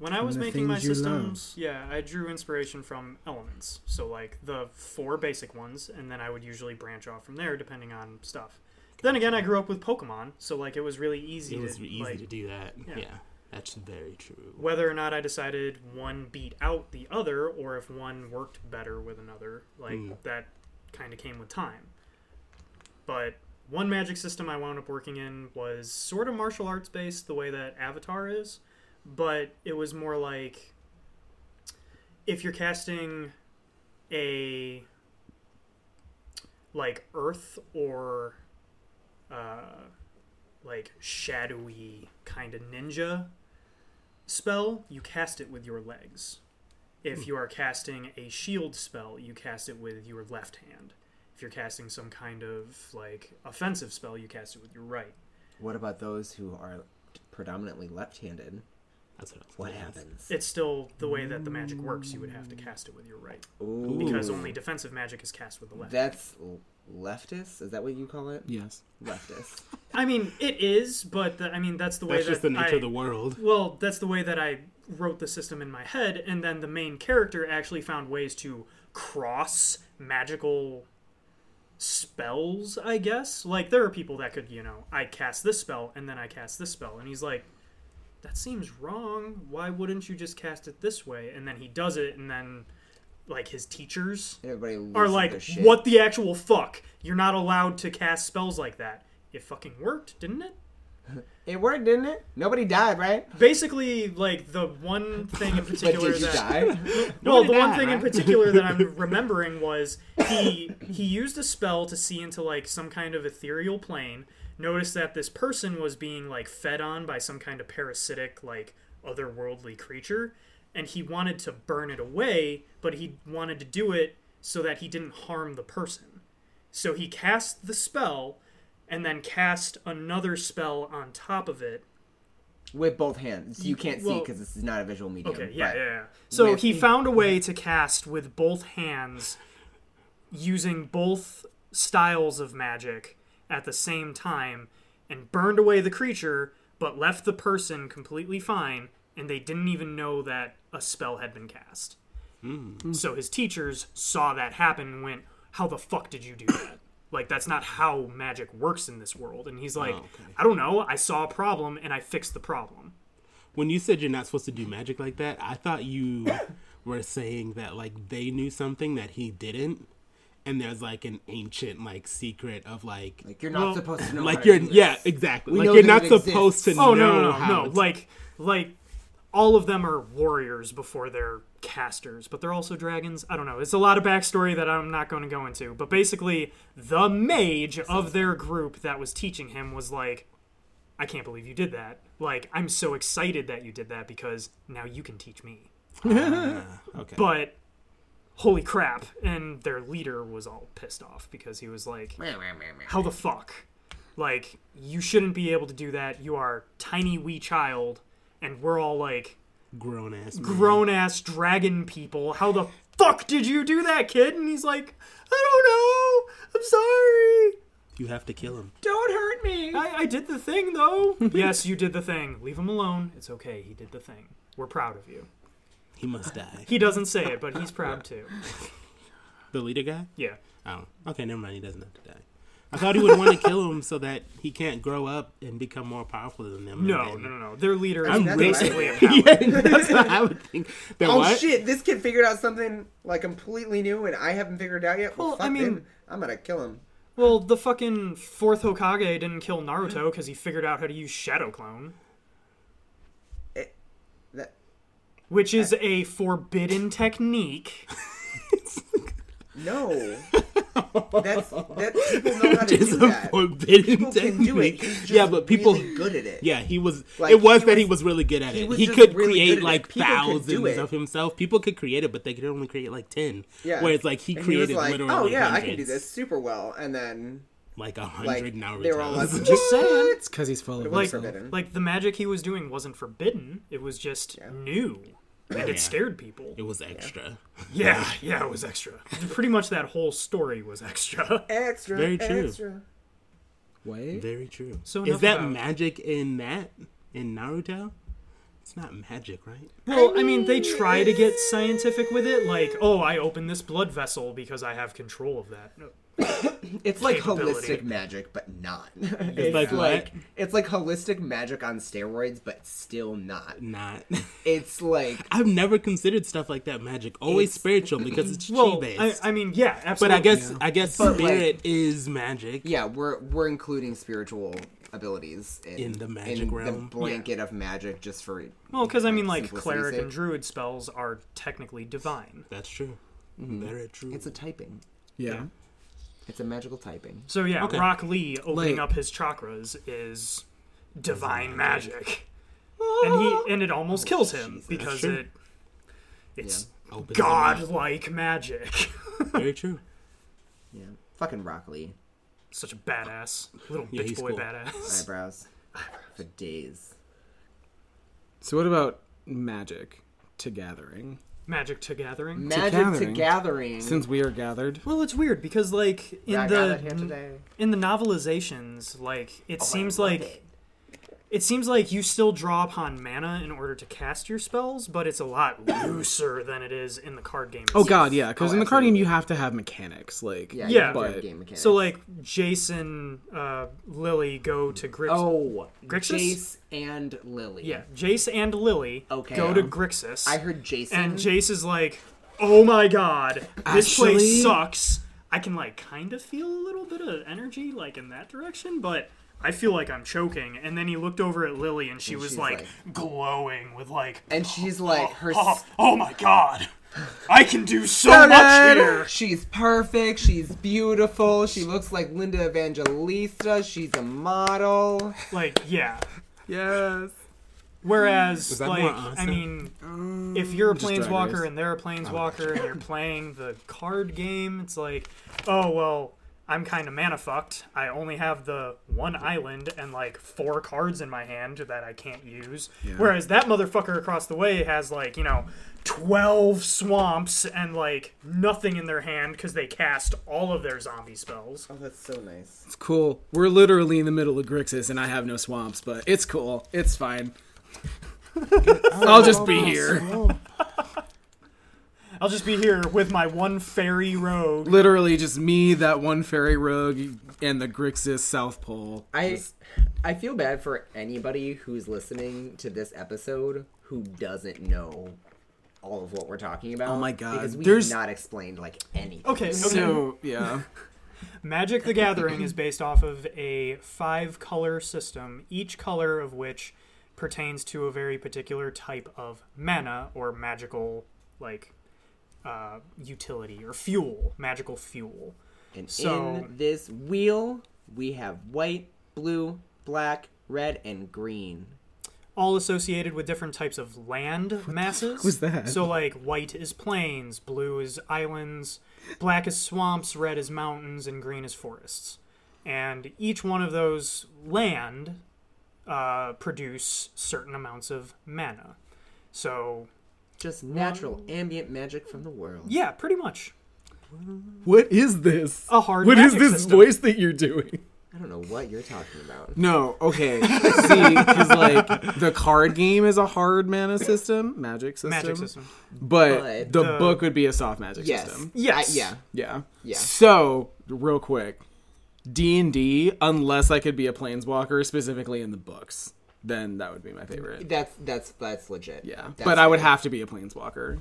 [SPEAKER 3] When I was
[SPEAKER 4] the
[SPEAKER 3] making my
[SPEAKER 4] things you love.
[SPEAKER 3] systems, yeah, I drew inspiration from elements. So like the four basic ones, and then I would usually branch off from there depending on stuff. Then again, I grew up with Pokemon, so like it was really easy.
[SPEAKER 2] It was
[SPEAKER 3] to,
[SPEAKER 2] easy
[SPEAKER 3] like,
[SPEAKER 2] to do that.
[SPEAKER 3] yeah.
[SPEAKER 2] Yeah. that's very true.
[SPEAKER 3] whether or not I decided one beat out the other, or if one worked better with another, like that kind of came with time. But one magic system I wound up working in was sort of martial arts based, the way that Avatar is, but it was more like if you're casting a like earth or uh, like shadowy kind of ninja spell, you cast it with your legs.
[SPEAKER 2] Hmm.
[SPEAKER 3] If you are casting a shield spell, you cast it with your left hand. If you're casting some kind of like offensive spell, you cast it with your right.
[SPEAKER 1] What about those who are predominantly left-handed?
[SPEAKER 2] That's what I was
[SPEAKER 1] What
[SPEAKER 2] gonna ask.
[SPEAKER 1] happens?
[SPEAKER 3] It's still the way that the magic works. You would have to cast it with your right
[SPEAKER 1] Ooh,
[SPEAKER 3] because only defensive magic is cast with the left.
[SPEAKER 1] that's l- leftist. Is that what you call it?
[SPEAKER 4] Yes.
[SPEAKER 1] Leftist.
[SPEAKER 3] I mean, it is, but the, I mean that's the way
[SPEAKER 2] That's
[SPEAKER 3] that
[SPEAKER 2] just the nature
[SPEAKER 3] I,
[SPEAKER 2] of the world.
[SPEAKER 3] Well, that's the way that I wrote the system in my head, and then the main character actually found ways to cross magical spells, I guess. Like, there are people that could, you know, I cast this spell, and then I cast this spell. And he's like, that seems wrong. Why wouldn't you just cast it this way? And then he does it, and then, like, his teachers
[SPEAKER 1] Everybody
[SPEAKER 3] are
[SPEAKER 1] loses their
[SPEAKER 3] like,
[SPEAKER 1] shit.
[SPEAKER 3] what the actual fuck? You're not allowed to cast spells like that. It fucking worked, didn't it?
[SPEAKER 1] It worked, didn't it? Nobody died, right?
[SPEAKER 3] Basically, like the one thing in
[SPEAKER 1] But
[SPEAKER 3] particular
[SPEAKER 1] did you
[SPEAKER 3] that
[SPEAKER 1] die?
[SPEAKER 3] well, the
[SPEAKER 2] Nobody
[SPEAKER 3] one
[SPEAKER 2] died,
[SPEAKER 3] thing
[SPEAKER 2] right?
[SPEAKER 3] in particular that I'm remembering was he he used a spell to see into like some kind of ethereal plane. Noticed that this person was being like fed on by some kind of parasitic like otherworldly creature, and he wanted to burn it away, but he wanted to do it so that he didn't harm the person. So he cast the spell and then cast another spell on top of it
[SPEAKER 1] With both hands. You can't see 'cause see
[SPEAKER 3] well-
[SPEAKER 1] because this is not a visual medium.
[SPEAKER 3] Okay, yeah,
[SPEAKER 1] but-
[SPEAKER 3] yeah, yeah. So
[SPEAKER 1] with-
[SPEAKER 3] he found a way to cast with both hands using both styles of magic at the same time and burned away the creature but left the person completely fine and they didn't even know that a spell had been cast. So his teachers saw that happen and went, "How the fuck did you do that?" Like that's not how magic works in this world. And he's like, "I don't know. I saw a problem and I fixed the problem."
[SPEAKER 2] When you said you're not supposed to do magic like that, I thought you were saying that like they knew something that he didn't, and there's like an ancient like secret of like like,
[SPEAKER 1] Like, you're not supposed to know. how to
[SPEAKER 2] you're
[SPEAKER 1] do this.
[SPEAKER 2] yeah exactly
[SPEAKER 1] know
[SPEAKER 2] like you're
[SPEAKER 1] that
[SPEAKER 2] not
[SPEAKER 1] it
[SPEAKER 2] supposed to
[SPEAKER 1] exists.
[SPEAKER 2] know
[SPEAKER 3] Oh no, no,
[SPEAKER 2] how
[SPEAKER 3] no, no.
[SPEAKER 2] it's-
[SPEAKER 3] Like, like all of them are warriors before they're casters, but they're also dragons. I don't know. It's a lot of backstory that I'm not going to go into. But basically, the mage of their group that was teaching him was like, "I can't believe you did that. Like, I'm so excited that you did that because now you can teach me."
[SPEAKER 2] Ah, okay
[SPEAKER 3] But holy crap! And their leader was all pissed off because he was like, how the fuck? Like, you shouldn't be able to do that. You are tiny wee child, and we're all like
[SPEAKER 2] grown ass
[SPEAKER 3] grown ass dragon people. How the fuck did you do that, kid? And he's like, I don't know. I'm sorry.
[SPEAKER 2] you have to kill him
[SPEAKER 1] Don't hurt me.
[SPEAKER 3] I, I did the thing though. yes, you did the thing. Leave him alone. It's okay. He did the thing. We're proud of you.
[SPEAKER 2] he must die
[SPEAKER 3] He doesn't say it, but he's proud too.
[SPEAKER 2] the leader guy
[SPEAKER 3] Yeah.
[SPEAKER 2] Oh, okay, never mind. He doesn't have to die. I thought he would want to kill him so that he can't grow up and become more powerful than them. and
[SPEAKER 3] No,
[SPEAKER 2] then-
[SPEAKER 3] no, no, no. Their leader
[SPEAKER 2] I'm
[SPEAKER 3] is
[SPEAKER 2] really-
[SPEAKER 3] basically a coward.
[SPEAKER 2] yeah, that's what I would think. That
[SPEAKER 1] Oh
[SPEAKER 2] what?
[SPEAKER 1] shit! This kid figured out something like completely new, and I haven't figured it out yet. Well,
[SPEAKER 3] Well, I
[SPEAKER 1] fuck
[SPEAKER 3] mean-
[SPEAKER 1] him. I'm gonna kill him.
[SPEAKER 3] Well, the fucking fourth Hokage didn't kill
[SPEAKER 2] Mm.
[SPEAKER 3] Naruto because he figured out how to use Shadow Clone,
[SPEAKER 1] That
[SPEAKER 3] which is a forbidden technique.
[SPEAKER 1] no. That's that people know how to
[SPEAKER 2] It's
[SPEAKER 1] do
[SPEAKER 2] a
[SPEAKER 1] that.
[SPEAKER 2] forbidden
[SPEAKER 1] People
[SPEAKER 2] technique.
[SPEAKER 1] can do it. He's just
[SPEAKER 2] yeah, but people.
[SPEAKER 1] really good at it.
[SPEAKER 2] yeah, he was.
[SPEAKER 1] Like,
[SPEAKER 2] it was
[SPEAKER 1] he
[SPEAKER 2] that he
[SPEAKER 1] was-
[SPEAKER 2] was really good at
[SPEAKER 1] he
[SPEAKER 2] it.
[SPEAKER 1] was
[SPEAKER 2] He
[SPEAKER 1] just
[SPEAKER 2] could
[SPEAKER 1] really good at
[SPEAKER 2] create
[SPEAKER 1] it.
[SPEAKER 2] like
[SPEAKER 1] People could do it.
[SPEAKER 2] thousands of himself. People could create it, but they could only create like ten.
[SPEAKER 1] Yeah.
[SPEAKER 2] Whereas like he
[SPEAKER 1] And he was
[SPEAKER 2] created
[SPEAKER 1] like,
[SPEAKER 2] literally.
[SPEAKER 1] "Oh yeah, I can do
[SPEAKER 2] hundreds,
[SPEAKER 1] this super well," and then
[SPEAKER 2] Like a
[SPEAKER 1] like
[SPEAKER 2] hundred
[SPEAKER 1] they were all like,
[SPEAKER 2] Naruto's.
[SPEAKER 4] Just
[SPEAKER 1] "What?"
[SPEAKER 4] saying. It's because he's full of
[SPEAKER 1] Like-
[SPEAKER 4] himself.
[SPEAKER 1] forbidden.
[SPEAKER 3] Like the magic he was doing wasn't forbidden; it was just new, and it scared people.
[SPEAKER 2] It was extra.
[SPEAKER 3] Yeah, yeah, it was extra. Pretty much that whole story was extra.
[SPEAKER 1] Extra,
[SPEAKER 2] Very true.
[SPEAKER 1] extra.
[SPEAKER 4] Wait.
[SPEAKER 2] Very true.
[SPEAKER 3] So
[SPEAKER 2] is
[SPEAKER 3] enough
[SPEAKER 2] that
[SPEAKER 3] about-
[SPEAKER 2] magic in that in Naruto? It's not magic, right?
[SPEAKER 3] Well, I mean, they try to get scientific with it, like, oh, I open this blood vessel because I have control of that.
[SPEAKER 1] It's like
[SPEAKER 3] Capability.
[SPEAKER 1] holistic magic, but not. It's,
[SPEAKER 2] like what?
[SPEAKER 1] it's like holistic magic on steroids, but still not.
[SPEAKER 2] Not.
[SPEAKER 1] It's like
[SPEAKER 2] I've never considered stuff like that magic. Always
[SPEAKER 1] It's-
[SPEAKER 2] spiritual because it's chi
[SPEAKER 3] Well,
[SPEAKER 2] based.
[SPEAKER 3] I, I mean, yeah,
[SPEAKER 2] but
[SPEAKER 3] absolutely.
[SPEAKER 2] I guess I guess
[SPEAKER 1] But, like-
[SPEAKER 2] spirit is magic.
[SPEAKER 1] yeah, we're we're including spiritual abilities in,
[SPEAKER 2] In the magic
[SPEAKER 1] in
[SPEAKER 2] realm.
[SPEAKER 1] the blanket of magic just for
[SPEAKER 3] Well, because I mean, like
[SPEAKER 1] Simplicity
[SPEAKER 3] cleric
[SPEAKER 1] sake.
[SPEAKER 3] and druid spells are technically divine.
[SPEAKER 2] That's true. Very true.
[SPEAKER 1] it's a typing.
[SPEAKER 4] Yeah.
[SPEAKER 1] It's a magical typing.
[SPEAKER 3] So yeah,
[SPEAKER 2] Okay.
[SPEAKER 3] Rock Lee opening
[SPEAKER 4] Like-
[SPEAKER 3] up his chakras is divine magic, and he and it almost kills him
[SPEAKER 1] Ah. Oh, Jesus.
[SPEAKER 3] because
[SPEAKER 2] Sure.
[SPEAKER 3] it it's
[SPEAKER 2] Opens them up.
[SPEAKER 3] godlike magic.
[SPEAKER 2] Very true.
[SPEAKER 1] Yeah, fucking Rock Lee
[SPEAKER 3] Such a badass little
[SPEAKER 2] Yeah,
[SPEAKER 3] bitch
[SPEAKER 2] he's
[SPEAKER 3] boy
[SPEAKER 2] cool.
[SPEAKER 3] badass.
[SPEAKER 1] eyebrows for days.
[SPEAKER 4] So what about magic to gathering?
[SPEAKER 3] Magic to gathering.
[SPEAKER 1] Magic to
[SPEAKER 4] gathering.
[SPEAKER 1] gathering.
[SPEAKER 4] Since we are gathered,
[SPEAKER 3] Well, it's weird because like in
[SPEAKER 1] I gathered here
[SPEAKER 3] the
[SPEAKER 1] today.
[SPEAKER 3] in the novelizations, like it
[SPEAKER 1] Oh, I
[SPEAKER 3] seems
[SPEAKER 1] love
[SPEAKER 3] like
[SPEAKER 1] it.
[SPEAKER 3] it seems like you still draw upon mana in order to cast your spells, but it's a lot looser than it is in the card game.
[SPEAKER 4] Oh
[SPEAKER 3] itself.
[SPEAKER 4] god, yeah, because
[SPEAKER 1] Oh,
[SPEAKER 4] in the card game
[SPEAKER 1] absolutely.
[SPEAKER 4] you have to have mechanics. Like
[SPEAKER 1] yeah,
[SPEAKER 3] yeah,
[SPEAKER 1] yeah,
[SPEAKER 4] but-
[SPEAKER 1] game mechanics.
[SPEAKER 3] So like Jason, uh, Lily go to Grixis.
[SPEAKER 1] oh,
[SPEAKER 3] Grixis?
[SPEAKER 1] Jace and Lily.
[SPEAKER 3] yeah, Jace and Lily
[SPEAKER 1] Okay. um,
[SPEAKER 3] go to Grixis,
[SPEAKER 1] I heard Jason
[SPEAKER 3] and Jace is like, "Oh my god, this
[SPEAKER 4] Actually-
[SPEAKER 3] place sucks." I can like kind of feel a little bit of energy like in that direction, but I feel like I'm choking. And then he looked over at Lily and she was
[SPEAKER 1] she's
[SPEAKER 3] like, glowing with like,
[SPEAKER 1] And she's like, her
[SPEAKER 3] oh, oh my god, I can do so much
[SPEAKER 1] stunning.
[SPEAKER 3] here.
[SPEAKER 1] She's perfect. She's beautiful. She looks like Linda Evangelista. She's a model.
[SPEAKER 3] Like, yeah.
[SPEAKER 4] Yes.
[SPEAKER 3] Whereas,
[SPEAKER 2] that
[SPEAKER 3] like,
[SPEAKER 2] more
[SPEAKER 3] I
[SPEAKER 2] awesome?
[SPEAKER 3] mean, if you're a
[SPEAKER 4] Drag Race.
[SPEAKER 3] planeswalker and they're a planeswalker and you're playing the card game, it's like, oh well, I'm kind of mana fucked. I only have the one island and like four cards in my hand that I can't use. Whereas that motherfucker across the way has like you know. 12 swamps and like nothing in their hand because they cast all of their zombie spells.
[SPEAKER 1] Oh, that's so nice.
[SPEAKER 4] It's cool. We're literally in the middle of Grixis and I have no swamps, but it's cool. It's fine. I'll just be here.
[SPEAKER 3] I'll just be here with my one fairy rogue.
[SPEAKER 4] Literally just me, that one fairy rogue, and the Grixis South Pole.
[SPEAKER 1] I I feel bad for anybody who's listening to this episode who doesn't know all of what we're talking about.
[SPEAKER 4] Oh my God.
[SPEAKER 1] Because we've
[SPEAKER 4] There's- Oh,
[SPEAKER 1] not explained like anything.
[SPEAKER 3] Okay, okay.
[SPEAKER 4] So yeah.
[SPEAKER 3] Magic the Gathering is based off of a five color system, each color of which pertains to a very particular type of mana or magical, like, uh, utility or fuel, magical fuel.
[SPEAKER 1] And
[SPEAKER 3] So-
[SPEAKER 1] in this wheel, we have white, blue, black, red, and green.
[SPEAKER 3] All associated with different types of land masses.
[SPEAKER 4] was that?
[SPEAKER 3] So, like, white is plains, blue is islands, black is swamps, red is mountains, and green is forests. And each one of those land uh, produce certain amounts of mana. So
[SPEAKER 1] Just natural ambient magic from the world.
[SPEAKER 3] yeah, pretty much
[SPEAKER 4] What is this?
[SPEAKER 3] a hard.
[SPEAKER 4] What is
[SPEAKER 3] magic
[SPEAKER 4] this
[SPEAKER 3] system.
[SPEAKER 4] voice that you're doing?
[SPEAKER 1] I don't know what you're talking about.
[SPEAKER 4] No, okay. See, because like the card game is a hard mana system, magic system,
[SPEAKER 3] Magic system.
[SPEAKER 4] but,
[SPEAKER 1] But
[SPEAKER 4] the,
[SPEAKER 3] the-
[SPEAKER 4] book would be a soft magic
[SPEAKER 1] Yes.
[SPEAKER 4] system.
[SPEAKER 3] Yes.
[SPEAKER 1] I- yeah.
[SPEAKER 4] Yeah.
[SPEAKER 1] Yeah.
[SPEAKER 4] So real quick, D and D. Unless I could be a planeswalker, specifically in the books, then that would be my favorite.
[SPEAKER 1] That's that's that's legit.
[SPEAKER 4] Yeah,
[SPEAKER 1] That's
[SPEAKER 4] but I would
[SPEAKER 1] good.
[SPEAKER 4] have to be a planeswalker.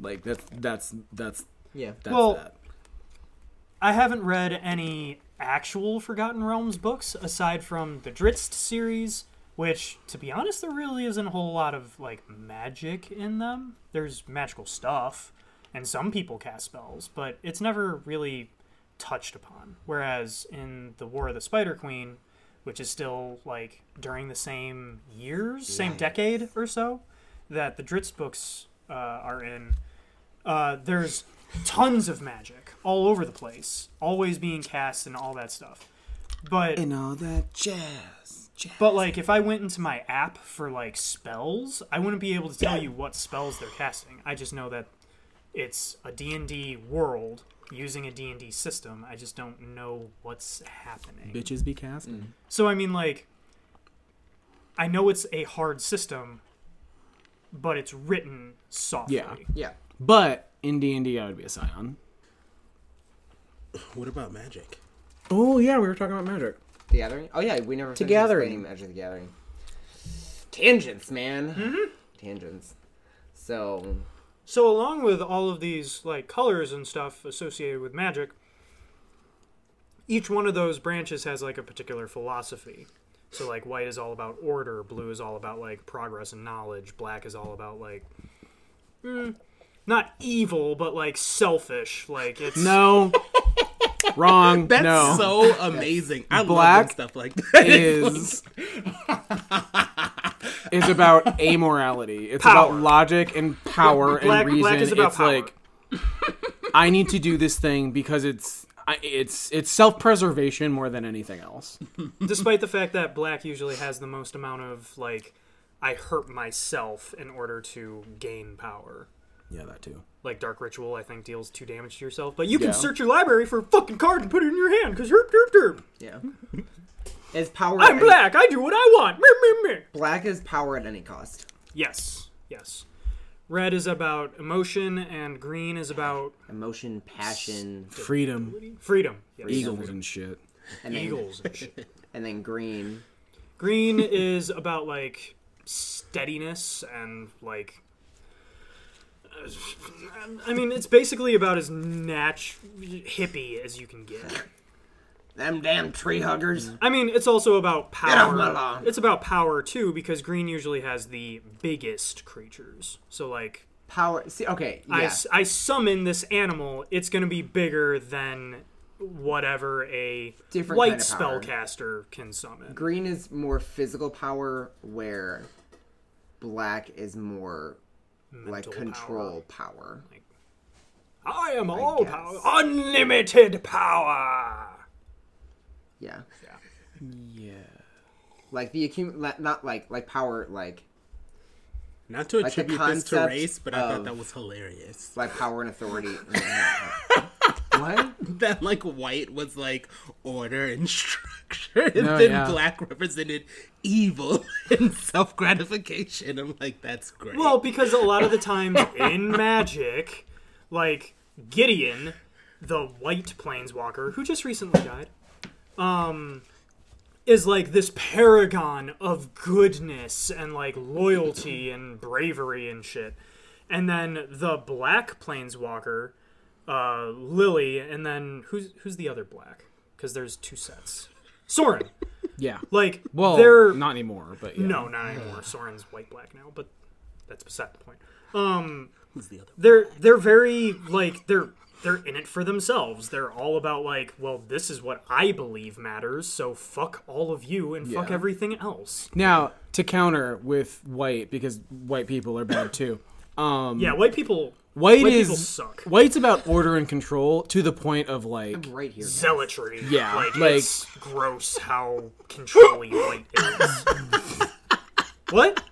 [SPEAKER 4] Like that's that's that's
[SPEAKER 1] Yeah.
[SPEAKER 4] that's
[SPEAKER 3] Well,
[SPEAKER 4] that.
[SPEAKER 3] I haven't read any actual Forgotten Realms books aside from the Dritzt series, which, to be honest, there really isn't a whole lot of like magic in them. There's magical stuff, and some people cast spells, but it's never really touched upon. Whereas in the War of the Spider Queen, which is still like during the same years, same decade or so, that the Dritz books uh, are in, uh, there's tons of magic all over the place, always being cast and all that stuff. But
[SPEAKER 4] And all that jazz. jazz.
[SPEAKER 3] but like if I went into my app for like spells, I wouldn't be able to tell you what spells they're casting. I just know that it's a D&D world using a D&D system. I just don't know what's happening.
[SPEAKER 4] Bitches be casting.
[SPEAKER 3] So I mean, like, I know it's a hard system, but it's written softly.
[SPEAKER 4] Yeah.
[SPEAKER 1] Yeah.
[SPEAKER 4] But in D and D, I would be a scion.
[SPEAKER 2] What about magic?
[SPEAKER 4] Oh yeah, we were talking about magic.
[SPEAKER 1] The Gathering. Oh yeah, we never. finished
[SPEAKER 4] Gathering.
[SPEAKER 1] explaining Magic the Gathering. Tangents, man. Tangents. So
[SPEAKER 3] So along with all of these like colors and stuff associated with magic, each one of those branches has like a particular philosophy. So like white is all about order, blue is all about like progress and knowledge, black is all about like mm, not evil but like selfish. Like it's
[SPEAKER 4] No. Wrong.
[SPEAKER 2] That's
[SPEAKER 4] no.
[SPEAKER 2] so amazing. I love
[SPEAKER 4] Black
[SPEAKER 2] when stuff like that.
[SPEAKER 4] is is about amorality. It's
[SPEAKER 3] Power.
[SPEAKER 4] about logic and power
[SPEAKER 3] Black-
[SPEAKER 4] and reason.
[SPEAKER 3] black is about
[SPEAKER 4] it's
[SPEAKER 3] power.
[SPEAKER 4] like I need to do this thing because it's I- it's it's self preservation more than anything else.
[SPEAKER 3] despite the fact that black usually has the most amount of like i hurt myself in order to gain power
[SPEAKER 4] Yeah, that too.
[SPEAKER 3] like dark ritual i think deals two damage to yourself but you can
[SPEAKER 4] Yeah.
[SPEAKER 3] search your library for a fucking card and put it in your hand because you're derp derp
[SPEAKER 1] yeah. Is power? at
[SPEAKER 3] i'm
[SPEAKER 1] any-
[SPEAKER 3] black i do what i want meh, meh, meh.
[SPEAKER 1] Black is power at any cost.
[SPEAKER 3] yes yes red is about emotion and green is about
[SPEAKER 1] Emotion, passion,
[SPEAKER 4] Freedom,
[SPEAKER 3] freedom yes.
[SPEAKER 4] eagles and shit.
[SPEAKER 1] and then,
[SPEAKER 3] eagles and shit.
[SPEAKER 1] and then green.
[SPEAKER 3] Green is about like steadiness and like. I mean, it's basically about as natch hippie as you can get.
[SPEAKER 1] Them damn tree huggers.
[SPEAKER 3] I mean, it's also about power.
[SPEAKER 1] off my lawn.
[SPEAKER 3] It's about power too, because green usually has the biggest creatures. So like,
[SPEAKER 1] Power. See, okay.
[SPEAKER 3] I
[SPEAKER 1] Yeah.
[SPEAKER 3] s I I, summon this animal. It's gonna be bigger than whatever a
[SPEAKER 1] Different
[SPEAKER 3] white
[SPEAKER 1] kind of power.
[SPEAKER 3] spellcaster can summon.
[SPEAKER 1] Green is more physical power, where black is more like
[SPEAKER 3] Mental
[SPEAKER 1] control power.
[SPEAKER 3] I am all
[SPEAKER 1] guess.
[SPEAKER 3] power, unlimited power.
[SPEAKER 1] Yeah.
[SPEAKER 4] Yeah.
[SPEAKER 1] Like the accum, la- not like like power like
[SPEAKER 2] Not to
[SPEAKER 1] the
[SPEAKER 2] attribute this to
[SPEAKER 1] concept
[SPEAKER 2] race, but I thought
[SPEAKER 1] of-
[SPEAKER 2] that was hilarious.
[SPEAKER 1] like power and authority. what?
[SPEAKER 2] That like white was like order and structure, and
[SPEAKER 4] No,
[SPEAKER 2] then
[SPEAKER 4] yeah.
[SPEAKER 2] black represented evil and self gratification. I'm like, that's great.
[SPEAKER 3] Well, because a lot of the times in Magic, like Gideon, the white planeswalker who just recently died, um, is like this paragon of goodness and like loyalty and bravery and shit. And then the black planeswalker, uh, Lily, and then who's who's the other black? Because there's two sets. Soren,
[SPEAKER 4] Yeah.
[SPEAKER 3] like
[SPEAKER 4] Well,
[SPEAKER 3] they're
[SPEAKER 4] not anymore, but yeah.
[SPEAKER 3] no, not anymore. Soren's white black now, but that's beside the point. Um,
[SPEAKER 2] Who's the other?
[SPEAKER 3] they're they're very like they're they're in it for themselves. They're all about like, well, this is what I believe matters, so fuck all of you and fuck
[SPEAKER 4] Yeah.
[SPEAKER 3] everything else.
[SPEAKER 4] Now, to counter with white, because white people are bad too. Um,
[SPEAKER 3] Yeah, white people
[SPEAKER 4] White,
[SPEAKER 3] white people
[SPEAKER 4] is
[SPEAKER 3] suck.
[SPEAKER 4] white's about order and control to the point of like
[SPEAKER 1] Right here. guys.
[SPEAKER 3] Zealotry.
[SPEAKER 4] Yeah,
[SPEAKER 3] like,
[SPEAKER 4] like-
[SPEAKER 3] it's gross how controlling white is. what?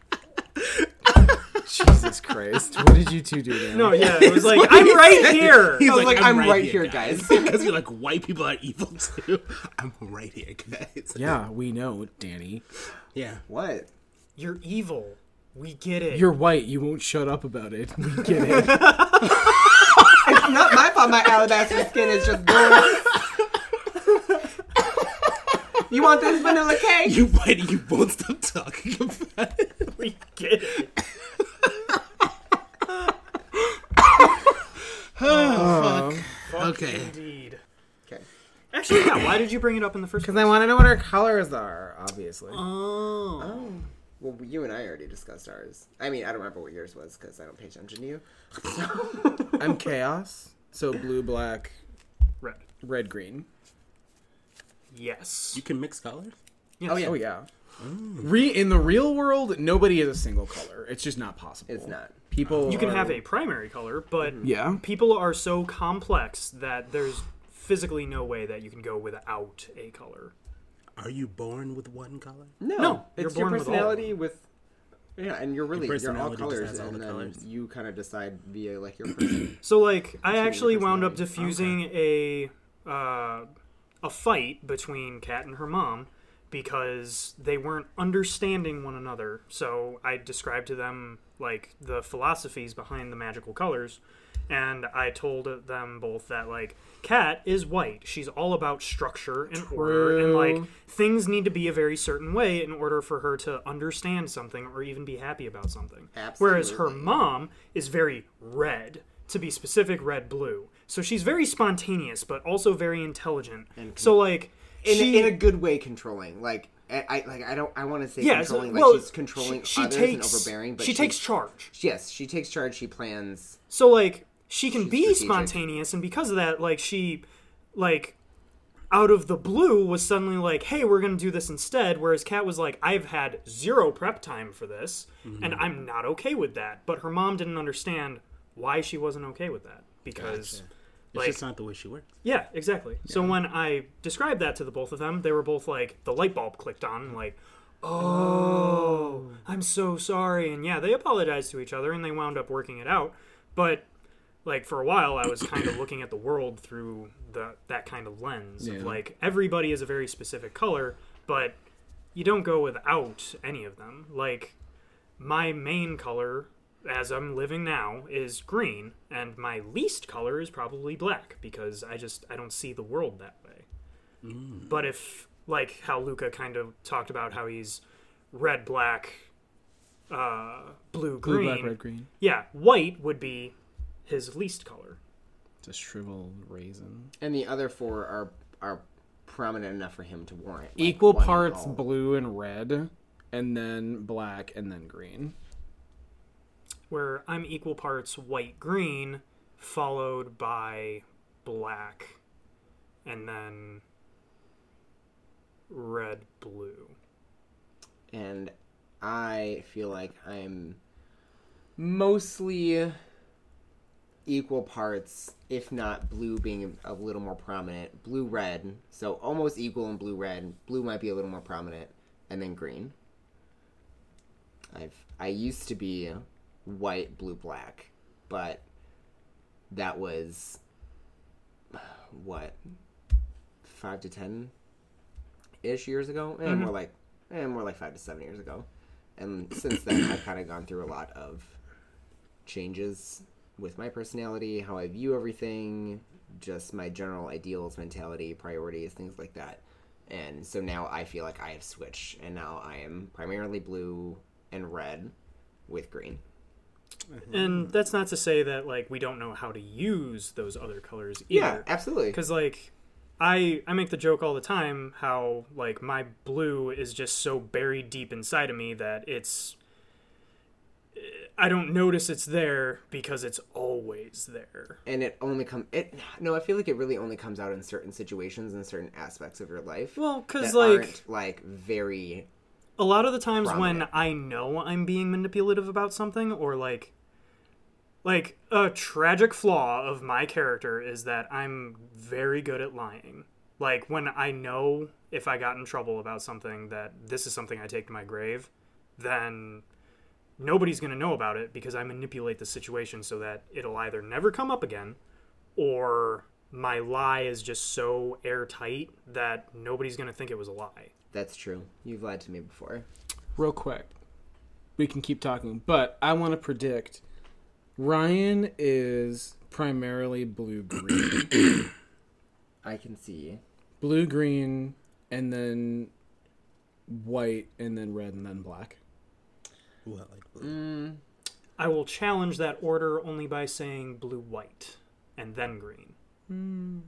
[SPEAKER 4] Jesus Christ. What did you two do there?
[SPEAKER 3] No, yeah, it was like I'm right here.
[SPEAKER 2] He's
[SPEAKER 1] I was like, I'm, right, here, guys.
[SPEAKER 2] Because you're like, white people are evil too. I'm right here, guys.
[SPEAKER 4] Yeah, we know, Danny.
[SPEAKER 2] Yeah.
[SPEAKER 1] What?
[SPEAKER 3] You're evil. We get it.
[SPEAKER 4] You're white. You won't shut up about it. We get it.
[SPEAKER 1] It's not my fault. My alabaster skin is just gross. you want this vanilla cake?
[SPEAKER 2] You white and you won't stop talking about it.
[SPEAKER 3] we get it.
[SPEAKER 2] Okay.
[SPEAKER 3] Indeed.
[SPEAKER 1] Okay.
[SPEAKER 3] Actually, yeah. Why did you bring it up in the first? place?
[SPEAKER 4] I want to know what our colors are, obviously.
[SPEAKER 3] Oh.
[SPEAKER 1] Well, you and I already discussed ours. I mean, I don't remember what yours was because I don't pay attention to you.
[SPEAKER 4] I'm chaos. So blue, black,
[SPEAKER 3] Red.
[SPEAKER 4] red, green.
[SPEAKER 3] Yes.
[SPEAKER 2] You can mix colors?
[SPEAKER 1] Oh yeah,
[SPEAKER 4] Oh yeah. Re in the real world, nobody is a single color. It's just not possible.
[SPEAKER 1] it's not.
[SPEAKER 4] People.
[SPEAKER 3] You can
[SPEAKER 4] are- Mm.
[SPEAKER 3] have a primary color, but
[SPEAKER 4] Yeah.
[SPEAKER 3] people are so complex that there's physically no way that you can go without a color.
[SPEAKER 2] Are you born with one color?
[SPEAKER 1] No,
[SPEAKER 3] No,
[SPEAKER 1] it's
[SPEAKER 3] you're
[SPEAKER 1] your
[SPEAKER 3] born with all of
[SPEAKER 1] personality with, Yeah, and you're really you're all
[SPEAKER 2] personality
[SPEAKER 1] colors,
[SPEAKER 2] decides all
[SPEAKER 1] and
[SPEAKER 2] the
[SPEAKER 1] then
[SPEAKER 2] colors.
[SPEAKER 1] you kind of decide via like your. Person.
[SPEAKER 3] So like, I actually wound up
[SPEAKER 1] personality.
[SPEAKER 3] diffusing a uh, a fight between Kat and her mom because they weren't understanding one another. So I described to them like the philosophies behind the magical colors, and I told them both that like Kat is white. She's all about structure and order, and like things need to be a very certain way in order for her to understand something or even be happy about something. Whereas her
[SPEAKER 1] Absolutely.
[SPEAKER 3] mom is very red, to be specific, red blue. So she's very spontaneous, but also very intelligent. so like
[SPEAKER 1] in,
[SPEAKER 3] she,
[SPEAKER 1] in a good way, controlling like. I, I like I don't I want to say
[SPEAKER 3] yeah, so-
[SPEAKER 1] controlling
[SPEAKER 3] well,
[SPEAKER 1] like she's controlling
[SPEAKER 3] she, she
[SPEAKER 1] others
[SPEAKER 3] takes,
[SPEAKER 1] and overbearing, but
[SPEAKER 3] she takes charge.
[SPEAKER 1] yes she takes charge she plans
[SPEAKER 3] So like she can be
[SPEAKER 1] strategic.
[SPEAKER 3] spontaneous, and because of that, like she, like, out of the blue was suddenly like, "Hey, we're gonna do this instead." Whereas Kat was like, "I've had zero prep time for this, and
[SPEAKER 1] Mm-hmm.
[SPEAKER 3] I'm not okay with that." But her mom didn't understand why she wasn't okay with that because.
[SPEAKER 2] It's just not the way she works.
[SPEAKER 3] Yeah, exactly. So when I described that to the both of them, they were both like, the light bulb clicked on, and like, oh, I'm so sorry. And yeah, they apologized to each other and they wound up working it out. But like for a while, I was kind of looking at the world through the that kind of lens
[SPEAKER 4] Yeah.
[SPEAKER 3] of like everybody is a very specific color, but you don't go without any of them. Like my main color as I'm living now is green, and my least color is probably black because I just I don't see the world that way.
[SPEAKER 4] Mm.
[SPEAKER 3] But if like how Luca kind of talked about how he's red, black, uh, blue, green,
[SPEAKER 4] Blue, black, red, green.
[SPEAKER 3] yeah, white would be his least color.
[SPEAKER 4] It's a shriveled raisin.
[SPEAKER 1] and the other four are are prominent enough for him to warrant like,
[SPEAKER 4] Equal
[SPEAKER 1] one
[SPEAKER 4] parts
[SPEAKER 1] all.
[SPEAKER 4] blue and red, and then black, and then green.
[SPEAKER 3] where I'm equal parts white green, followed by black, and then red blue.
[SPEAKER 1] and I feel like I'm mostly equal parts, if not blue being a little more prominent, blue red, so almost equal in blue red. Blue might be a little more prominent, and then green. I've I used to be white, blue, black, but that was what five to ten ish years ago, and
[SPEAKER 3] Mm-hmm.
[SPEAKER 1] more like and more like five to seven years ago. And since then, I've kind of gone through a lot of changes with my personality, how I view everything, just my general ideals, mentality, priorities, things like that. And so now I feel like I have switched, and now I am primarily blue and red with green.
[SPEAKER 3] And that's not to say that like we don't know how to use those other colors
[SPEAKER 1] Yeah,
[SPEAKER 3] either.
[SPEAKER 1] absolutely.
[SPEAKER 3] Cuz like I I make the joke all the time how like my blue is just so buried deep inside of me that it's I don't notice it's there because it's always there.
[SPEAKER 1] And it only come it no, I feel like it really only comes out in certain situations and certain aspects of your life.
[SPEAKER 3] Well, cuz
[SPEAKER 1] that
[SPEAKER 3] like
[SPEAKER 1] aren't, like very
[SPEAKER 3] a lot of the times when
[SPEAKER 1] prominent.
[SPEAKER 3] I know I'm being manipulative about something or like like a tragic flaw of my character is that I'm very good at lying. Like when I know if I got in trouble about something that this is something I take to my grave, then nobody's going to know about it because I manipulate the situation so that it'll either never come up again or my lie is just so airtight that nobody's going to think it was a lie.
[SPEAKER 1] that's true. You've lied to me before.
[SPEAKER 4] Real quick, we can keep talking, but I want to predict Ryan is primarily blue green.
[SPEAKER 1] I can see.
[SPEAKER 4] blue green and then white and then red and then black
[SPEAKER 2] Ooh, I like blue.
[SPEAKER 3] I will challenge that order only by saying blue white and then green.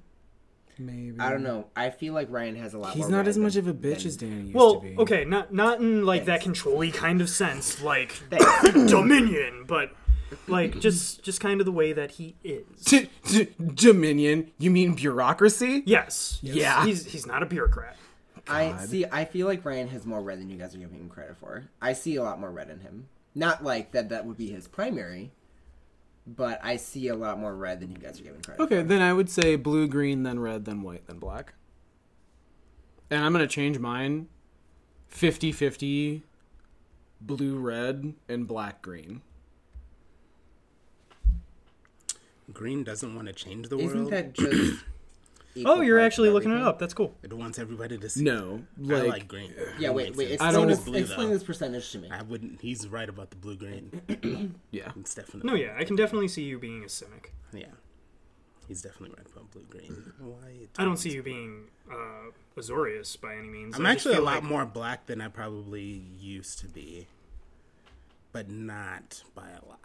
[SPEAKER 4] maybe
[SPEAKER 1] I don't know. I feel like Ryan has a lot.
[SPEAKER 4] Mm. he's
[SPEAKER 1] more
[SPEAKER 4] not
[SPEAKER 1] red
[SPEAKER 4] as much
[SPEAKER 1] than-
[SPEAKER 4] of a bitch
[SPEAKER 1] than-
[SPEAKER 4] as danny used
[SPEAKER 3] Well,
[SPEAKER 4] to be
[SPEAKER 3] okay, not not in like that
[SPEAKER 1] Thanks.
[SPEAKER 3] controlly kind of sense, like
[SPEAKER 1] Thanks.
[SPEAKER 3] dominion, but like just just kind of the way that he is.
[SPEAKER 4] D- d- dominion you mean bureaucracy
[SPEAKER 3] Yes.
[SPEAKER 4] Yeah.
[SPEAKER 3] He's he's not a bureaucrat.
[SPEAKER 1] I see. I feel like Ryan has more red than you guys are giving him credit for. I see a lot more red in him. Not like that. That would be his primary, but I see a lot more red than you guys are giving credit.
[SPEAKER 4] okay then i would say blue green then red then white then black and i'm gonna change mine 50 50 blue red and black green
[SPEAKER 2] Green doesn't want to change the
[SPEAKER 1] For. Isn't
[SPEAKER 2] world.
[SPEAKER 1] that just? equal
[SPEAKER 3] Oh, you're
[SPEAKER 1] parts
[SPEAKER 3] actually
[SPEAKER 1] of
[SPEAKER 3] looking it
[SPEAKER 1] everything?
[SPEAKER 3] up. That's cool.
[SPEAKER 2] It wants everybody to see.
[SPEAKER 4] no
[SPEAKER 2] I
[SPEAKER 4] like,
[SPEAKER 2] like green.
[SPEAKER 1] Yeah, wait, wait.
[SPEAKER 4] I
[SPEAKER 1] Explain,
[SPEAKER 4] don't-
[SPEAKER 1] this,
[SPEAKER 2] Blue, though.
[SPEAKER 1] explain this percentage to me.
[SPEAKER 2] I wouldn't. He's right about the blue green.
[SPEAKER 4] yeah
[SPEAKER 2] It's definitely.
[SPEAKER 3] No, yeah, I can definitely see you being a cynic.
[SPEAKER 2] Yeah. He's definitely right about blue green. Why?
[SPEAKER 3] I don't see you being uh, Azorius by any means.
[SPEAKER 2] I'm
[SPEAKER 3] I just
[SPEAKER 2] actually a
[SPEAKER 3] feel
[SPEAKER 2] lot
[SPEAKER 3] like-
[SPEAKER 2] more black than I probably used to be, but not by a lot.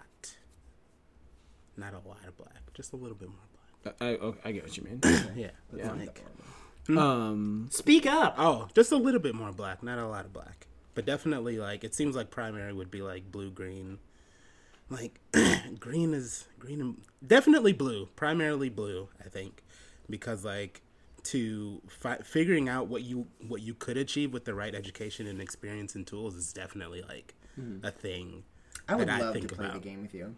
[SPEAKER 2] Not a lot of black, just a little bit more black.
[SPEAKER 4] I, I, I get what you mean
[SPEAKER 2] Yeah. Like,
[SPEAKER 4] um
[SPEAKER 3] Speak up.
[SPEAKER 2] oh, just a little bit more black, not a lot of black, but definitely like it seems like primary would be like blue green. Like green is green and definitely blue, primarily blue, I think, because like to fi- figuring out what you what you could achieve with the right education and experience and tools is definitely like a thing.
[SPEAKER 1] Mm-hmm. I would
[SPEAKER 2] that
[SPEAKER 1] love to play the game with you.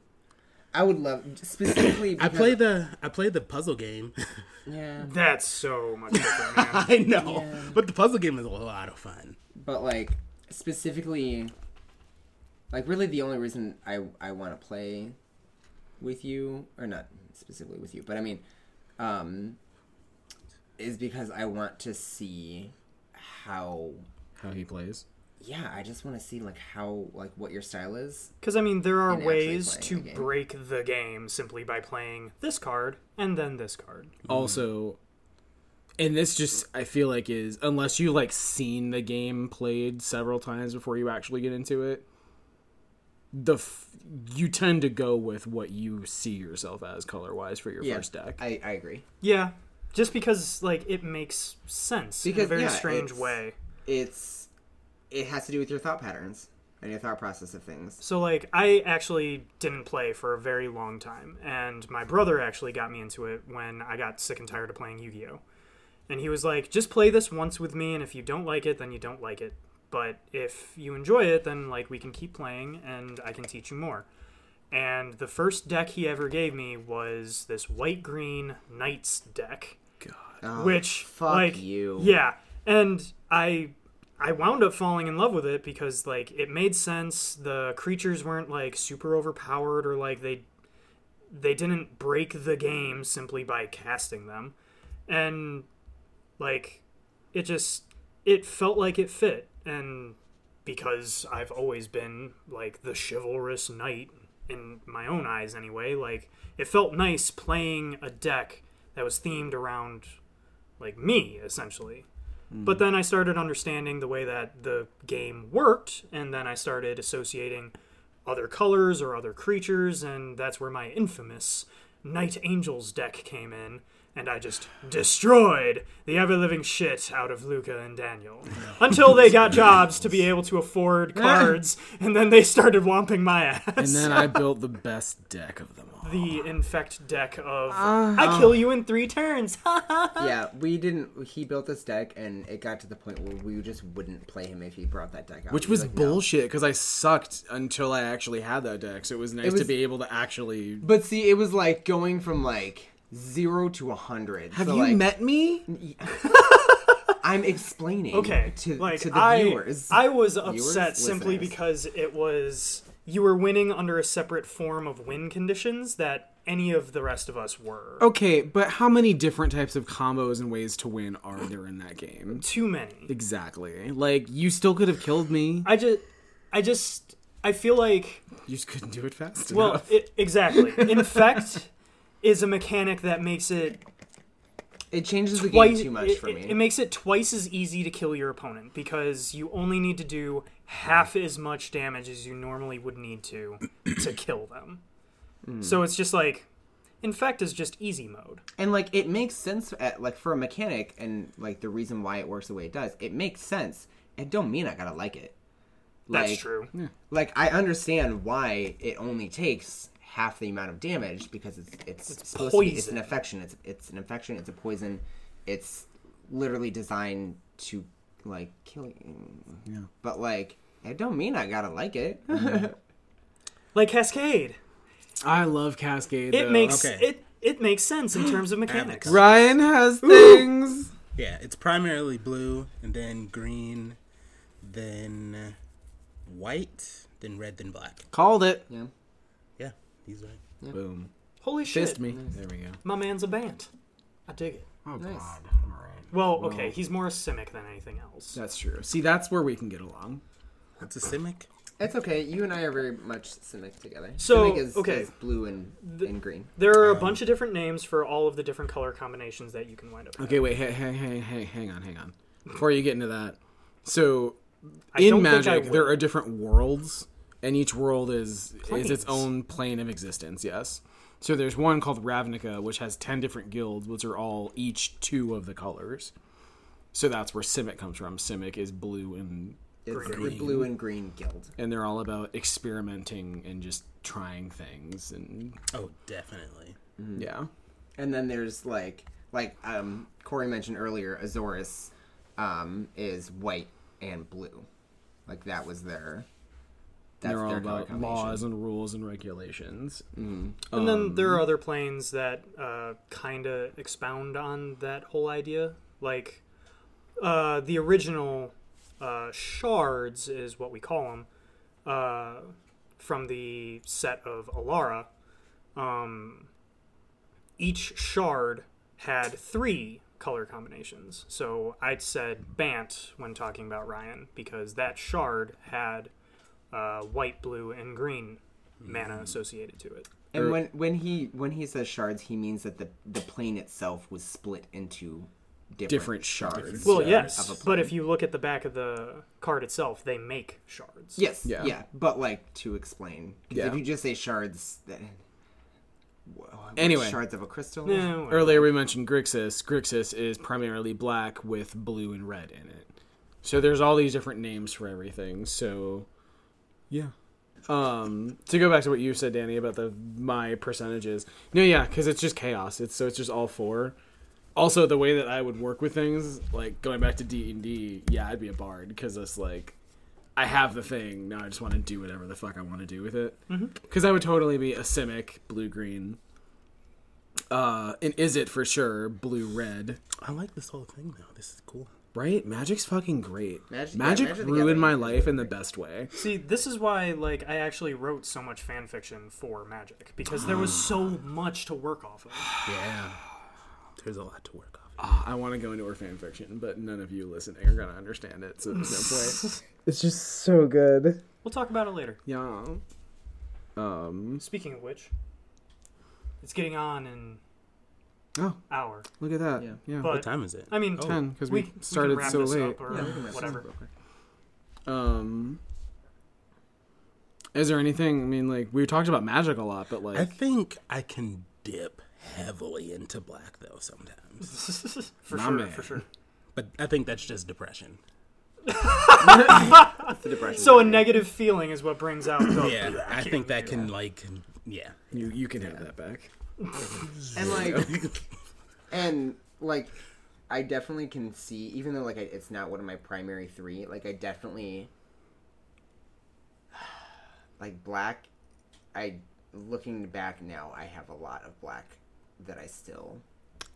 [SPEAKER 1] I would love specifically.
[SPEAKER 2] I
[SPEAKER 1] Because,
[SPEAKER 2] play the I play the puzzle game.
[SPEAKER 1] Yeah,
[SPEAKER 3] That's so much different, man.
[SPEAKER 2] I know, but the puzzle game is a lot of fun.
[SPEAKER 1] but like specifically like really the only reason i i want to play with you or not specifically with you but i mean um is because i want to see how
[SPEAKER 4] how he plays
[SPEAKER 1] yeah i just want to see like how like what your style is
[SPEAKER 3] Because I mean, there are
[SPEAKER 1] And actually
[SPEAKER 3] ways to
[SPEAKER 1] playing the game.
[SPEAKER 3] break the game simply by playing this card and then this card.
[SPEAKER 4] also and this just i feel like is unless you like seen the game played several times before you actually get into it the f- you tend to go with what you see yourself as color wise for your
[SPEAKER 1] yeah
[SPEAKER 4] first deck
[SPEAKER 1] i i agree
[SPEAKER 3] Yeah, just because like it makes sense in a
[SPEAKER 1] Because,
[SPEAKER 3] very
[SPEAKER 1] yeah,
[SPEAKER 3] strange
[SPEAKER 1] it's-
[SPEAKER 3] way.
[SPEAKER 1] It's it has to do with your thought patterns and your thought process of things.
[SPEAKER 3] So like I actually didn't play for a very long time and my brother actually got me into it when I got sick and tired of playing Yu-Gi-Oh. And he was like, "Just play this once with me and if you don't like it, then you don't like it. But if you enjoy it, then like we can keep playing and I can teach you more." And the first deck he ever gave me was this white green knights deck.
[SPEAKER 1] Oh,
[SPEAKER 3] which
[SPEAKER 1] fuck
[SPEAKER 3] like
[SPEAKER 1] you.
[SPEAKER 3] yeah and i i wound up falling in love with it because like it made sense the creatures weren't like super overpowered or like they they didn't break the game simply by casting them and like it just it felt like it fit and because i've always been like the chivalrous knight in my own eyes anyway like it felt nice playing a deck that was themed around like me essentially but then i started understanding the way that the game worked and then i started associating other colors or other creatures and that's where my infamous night angels deck came in and i just destroyed the ever-living shit out of luca and daniel until they got jobs to be able to afford cards and then they started whomping my ass
[SPEAKER 4] And then I built the best deck of them all.
[SPEAKER 3] the infect deck of i kill you in three turns
[SPEAKER 4] Uh,
[SPEAKER 1] Yeah, we didn't. He built this deck, and it got to the point where we just wouldn't play him if he brought that deck out.
[SPEAKER 4] Which
[SPEAKER 1] We'd be
[SPEAKER 4] was
[SPEAKER 1] like, no.
[SPEAKER 4] bullshit because I sucked until I actually had that deck. So it was nice to
[SPEAKER 1] was-
[SPEAKER 4] be able to actually.
[SPEAKER 1] But see, it was like going from like zero to a hundred.
[SPEAKER 4] Have
[SPEAKER 1] so,
[SPEAKER 4] you
[SPEAKER 1] like,
[SPEAKER 4] met me?
[SPEAKER 1] I'm explaining.
[SPEAKER 3] okay
[SPEAKER 1] to
[SPEAKER 3] like
[SPEAKER 1] to the
[SPEAKER 3] I,
[SPEAKER 1] viewers.
[SPEAKER 3] I was upset
[SPEAKER 1] Viewers?
[SPEAKER 3] simply
[SPEAKER 1] Listeners.
[SPEAKER 3] because it was you were winning under a separate form of win conditions that any of the rest of us were.
[SPEAKER 1] Oh.
[SPEAKER 4] Okay, but how many different types of combos and ways to win are there in that game?
[SPEAKER 3] Too many.
[SPEAKER 4] Exactly. Like you still could have killed me.
[SPEAKER 3] I just I just I feel like
[SPEAKER 4] You just couldn't do it fast
[SPEAKER 3] well
[SPEAKER 4] enough.
[SPEAKER 3] i exactly. Infect is a mechanic that makes it
[SPEAKER 1] it changes the game
[SPEAKER 3] twice
[SPEAKER 1] too much
[SPEAKER 3] it,
[SPEAKER 1] for
[SPEAKER 3] it-
[SPEAKER 1] me.
[SPEAKER 3] it makes it twice as easy to kill your opponent because you only need to do half as much damage as you normally would need to to kill them.
[SPEAKER 1] Hmm.
[SPEAKER 3] So it's just like infect is just easy mode.
[SPEAKER 1] and like it makes sense at, like for a mechanic and like the reason why it works the way it does it makes sense it don't mean i gotta like it like,
[SPEAKER 3] That's true.
[SPEAKER 1] like i understand why it only takes half the amount of damage because it's it's, supposed to be it's an
[SPEAKER 3] poison.
[SPEAKER 1] infection it's it's an infection it's a poison it's literally designed to like kill you yeah but like it don't mean i gotta like it
[SPEAKER 3] Like Cascade.
[SPEAKER 4] I love Cascade.
[SPEAKER 3] It
[SPEAKER 4] though.
[SPEAKER 3] makes
[SPEAKER 2] okay.
[SPEAKER 3] it it makes sense in terms of mechanics.
[SPEAKER 2] Right.
[SPEAKER 4] Ryan has things.
[SPEAKER 2] Yeah, it's primarily blue and then green, then white, then red, then black.
[SPEAKER 4] Called it.
[SPEAKER 1] yeah
[SPEAKER 2] Yeah, he's right.
[SPEAKER 4] Boom.
[SPEAKER 3] Holy shit.
[SPEAKER 4] Fist me. There we go.
[SPEAKER 3] My man's a band. I dig it.
[SPEAKER 4] Oh
[SPEAKER 1] Nice.
[SPEAKER 4] god. All right.
[SPEAKER 1] Oh.
[SPEAKER 3] Well, okay, he's more a simic than anything else.
[SPEAKER 4] That's true. See, that's where we can get along.
[SPEAKER 2] It's a simic.
[SPEAKER 1] it's okay you and i are very much simic together
[SPEAKER 3] So,
[SPEAKER 1] Simic is,
[SPEAKER 3] okay.
[SPEAKER 1] is blue and, and green
[SPEAKER 3] There are a
[SPEAKER 1] Um,
[SPEAKER 3] bunch of different names for all of the different color combinations that you can wind up with.
[SPEAKER 4] Okay, wait. Hey, hey, hey, hey, hang on, hang on. Before you get into that, so
[SPEAKER 3] I
[SPEAKER 4] in
[SPEAKER 3] don't think I
[SPEAKER 4] Magic
[SPEAKER 3] will.
[SPEAKER 4] there are different worlds, and each world is is
[SPEAKER 3] Planes.
[SPEAKER 4] its own plane of existence. Yes. So there's one called Ravnica, which has ten different guilds, which are all each two of the colors. So that's where Simic comes from. Simic is blue and
[SPEAKER 1] It's the blue and green guild.
[SPEAKER 4] and they're all about experimenting and just trying things and
[SPEAKER 2] Oh, definitely.
[SPEAKER 1] Hmm.
[SPEAKER 4] yeah
[SPEAKER 1] And then there's like like um Corey mentioned earlier, Azorus um is white and blue. Like that was their that's
[SPEAKER 4] they're all
[SPEAKER 1] their color
[SPEAKER 4] about
[SPEAKER 1] combination. Mm.
[SPEAKER 4] laws and rules and regulations
[SPEAKER 3] And then there are other planes that uh, kind of expound on that whole idea. Like uh, the original uh, shards is what we call them uh, from the set of Alara. Um, each shard had three color combinations. So I said Bant when talking about Ryan because that shard had uh, white, blue, and green mana associated to it.
[SPEAKER 4] Er,
[SPEAKER 1] And when when he when he says shards, he means that the the plane itself was split into different,
[SPEAKER 4] Different
[SPEAKER 1] shards.
[SPEAKER 4] shards.
[SPEAKER 3] Well,
[SPEAKER 4] of
[SPEAKER 1] a
[SPEAKER 3] yes,
[SPEAKER 1] plane.
[SPEAKER 3] but if you look at the back of the card itself, they make shards.
[SPEAKER 1] Yes,
[SPEAKER 4] Yeah.
[SPEAKER 1] yeah. But like to explain, 'Cause
[SPEAKER 4] Yeah.
[SPEAKER 1] if you just say shards, then Whoa,
[SPEAKER 4] Anyway.
[SPEAKER 1] shards of a crystal.
[SPEAKER 3] No, Eh, whatever.
[SPEAKER 4] Earlier we mentioned Grixis. Grixis is primarily black with blue and red in it. So there's all these different names for everything. So yeah. Um to go back to what you said Danny about the my percentages. No yeah, cuz it's just chaos. It's so it's just all four. Also the way that I would work with things like going back to D&D, yeah, I'd be a bard cuz it's like I have the thing. Now I just want to do whatever the fuck I want to do with it. Cuz I would totally be a simic, blue green, uh, and is it for sure blue red?
[SPEAKER 2] I like this whole thing though. This is cool.
[SPEAKER 4] Right? Magic's fucking great.
[SPEAKER 1] Magic-
[SPEAKER 4] Magic,
[SPEAKER 1] yeah, Magic the
[SPEAKER 4] ruined my
[SPEAKER 1] Gathering is
[SPEAKER 4] life in the best way.
[SPEAKER 3] See, this is why like I actually wrote so much fan fiction for Magic because there was so much to work off of.
[SPEAKER 2] Yeah. There's a lot to work off.
[SPEAKER 4] Ah, I want to go into her fan fiction, but none of you listening are gonna understand it, so there's no point. It's just so good.
[SPEAKER 3] We'll talk about it later.
[SPEAKER 4] Yeah. Um.
[SPEAKER 3] Speaking of which, it's getting on in
[SPEAKER 4] Oh,
[SPEAKER 3] hour.
[SPEAKER 4] look at that.
[SPEAKER 1] Yeah.
[SPEAKER 4] Yeah.
[SPEAKER 3] But
[SPEAKER 2] What time is it?
[SPEAKER 3] I mean,
[SPEAKER 2] Oh.
[SPEAKER 4] Ten because we,
[SPEAKER 3] can
[SPEAKER 4] started
[SPEAKER 3] wrap
[SPEAKER 4] so
[SPEAKER 3] this
[SPEAKER 4] late.
[SPEAKER 3] up or whatever.
[SPEAKER 4] Um. Is there anything? I mean, like we talked about magic a lot, but like
[SPEAKER 2] I think I can dip heavily into black though sometimes.
[SPEAKER 3] for
[SPEAKER 4] My
[SPEAKER 3] sure,
[SPEAKER 4] man.
[SPEAKER 3] for sure.
[SPEAKER 2] But I think that's just depression.
[SPEAKER 1] The depression.
[SPEAKER 3] So a negative feeling is what brings out the
[SPEAKER 2] Yeah. I think that can like yeah.
[SPEAKER 4] you, you can have that back.
[SPEAKER 1] and like and like i definitely can see even though like I, it's not one of my primary three like i definitely like black i looking back now i have a lot of black that i still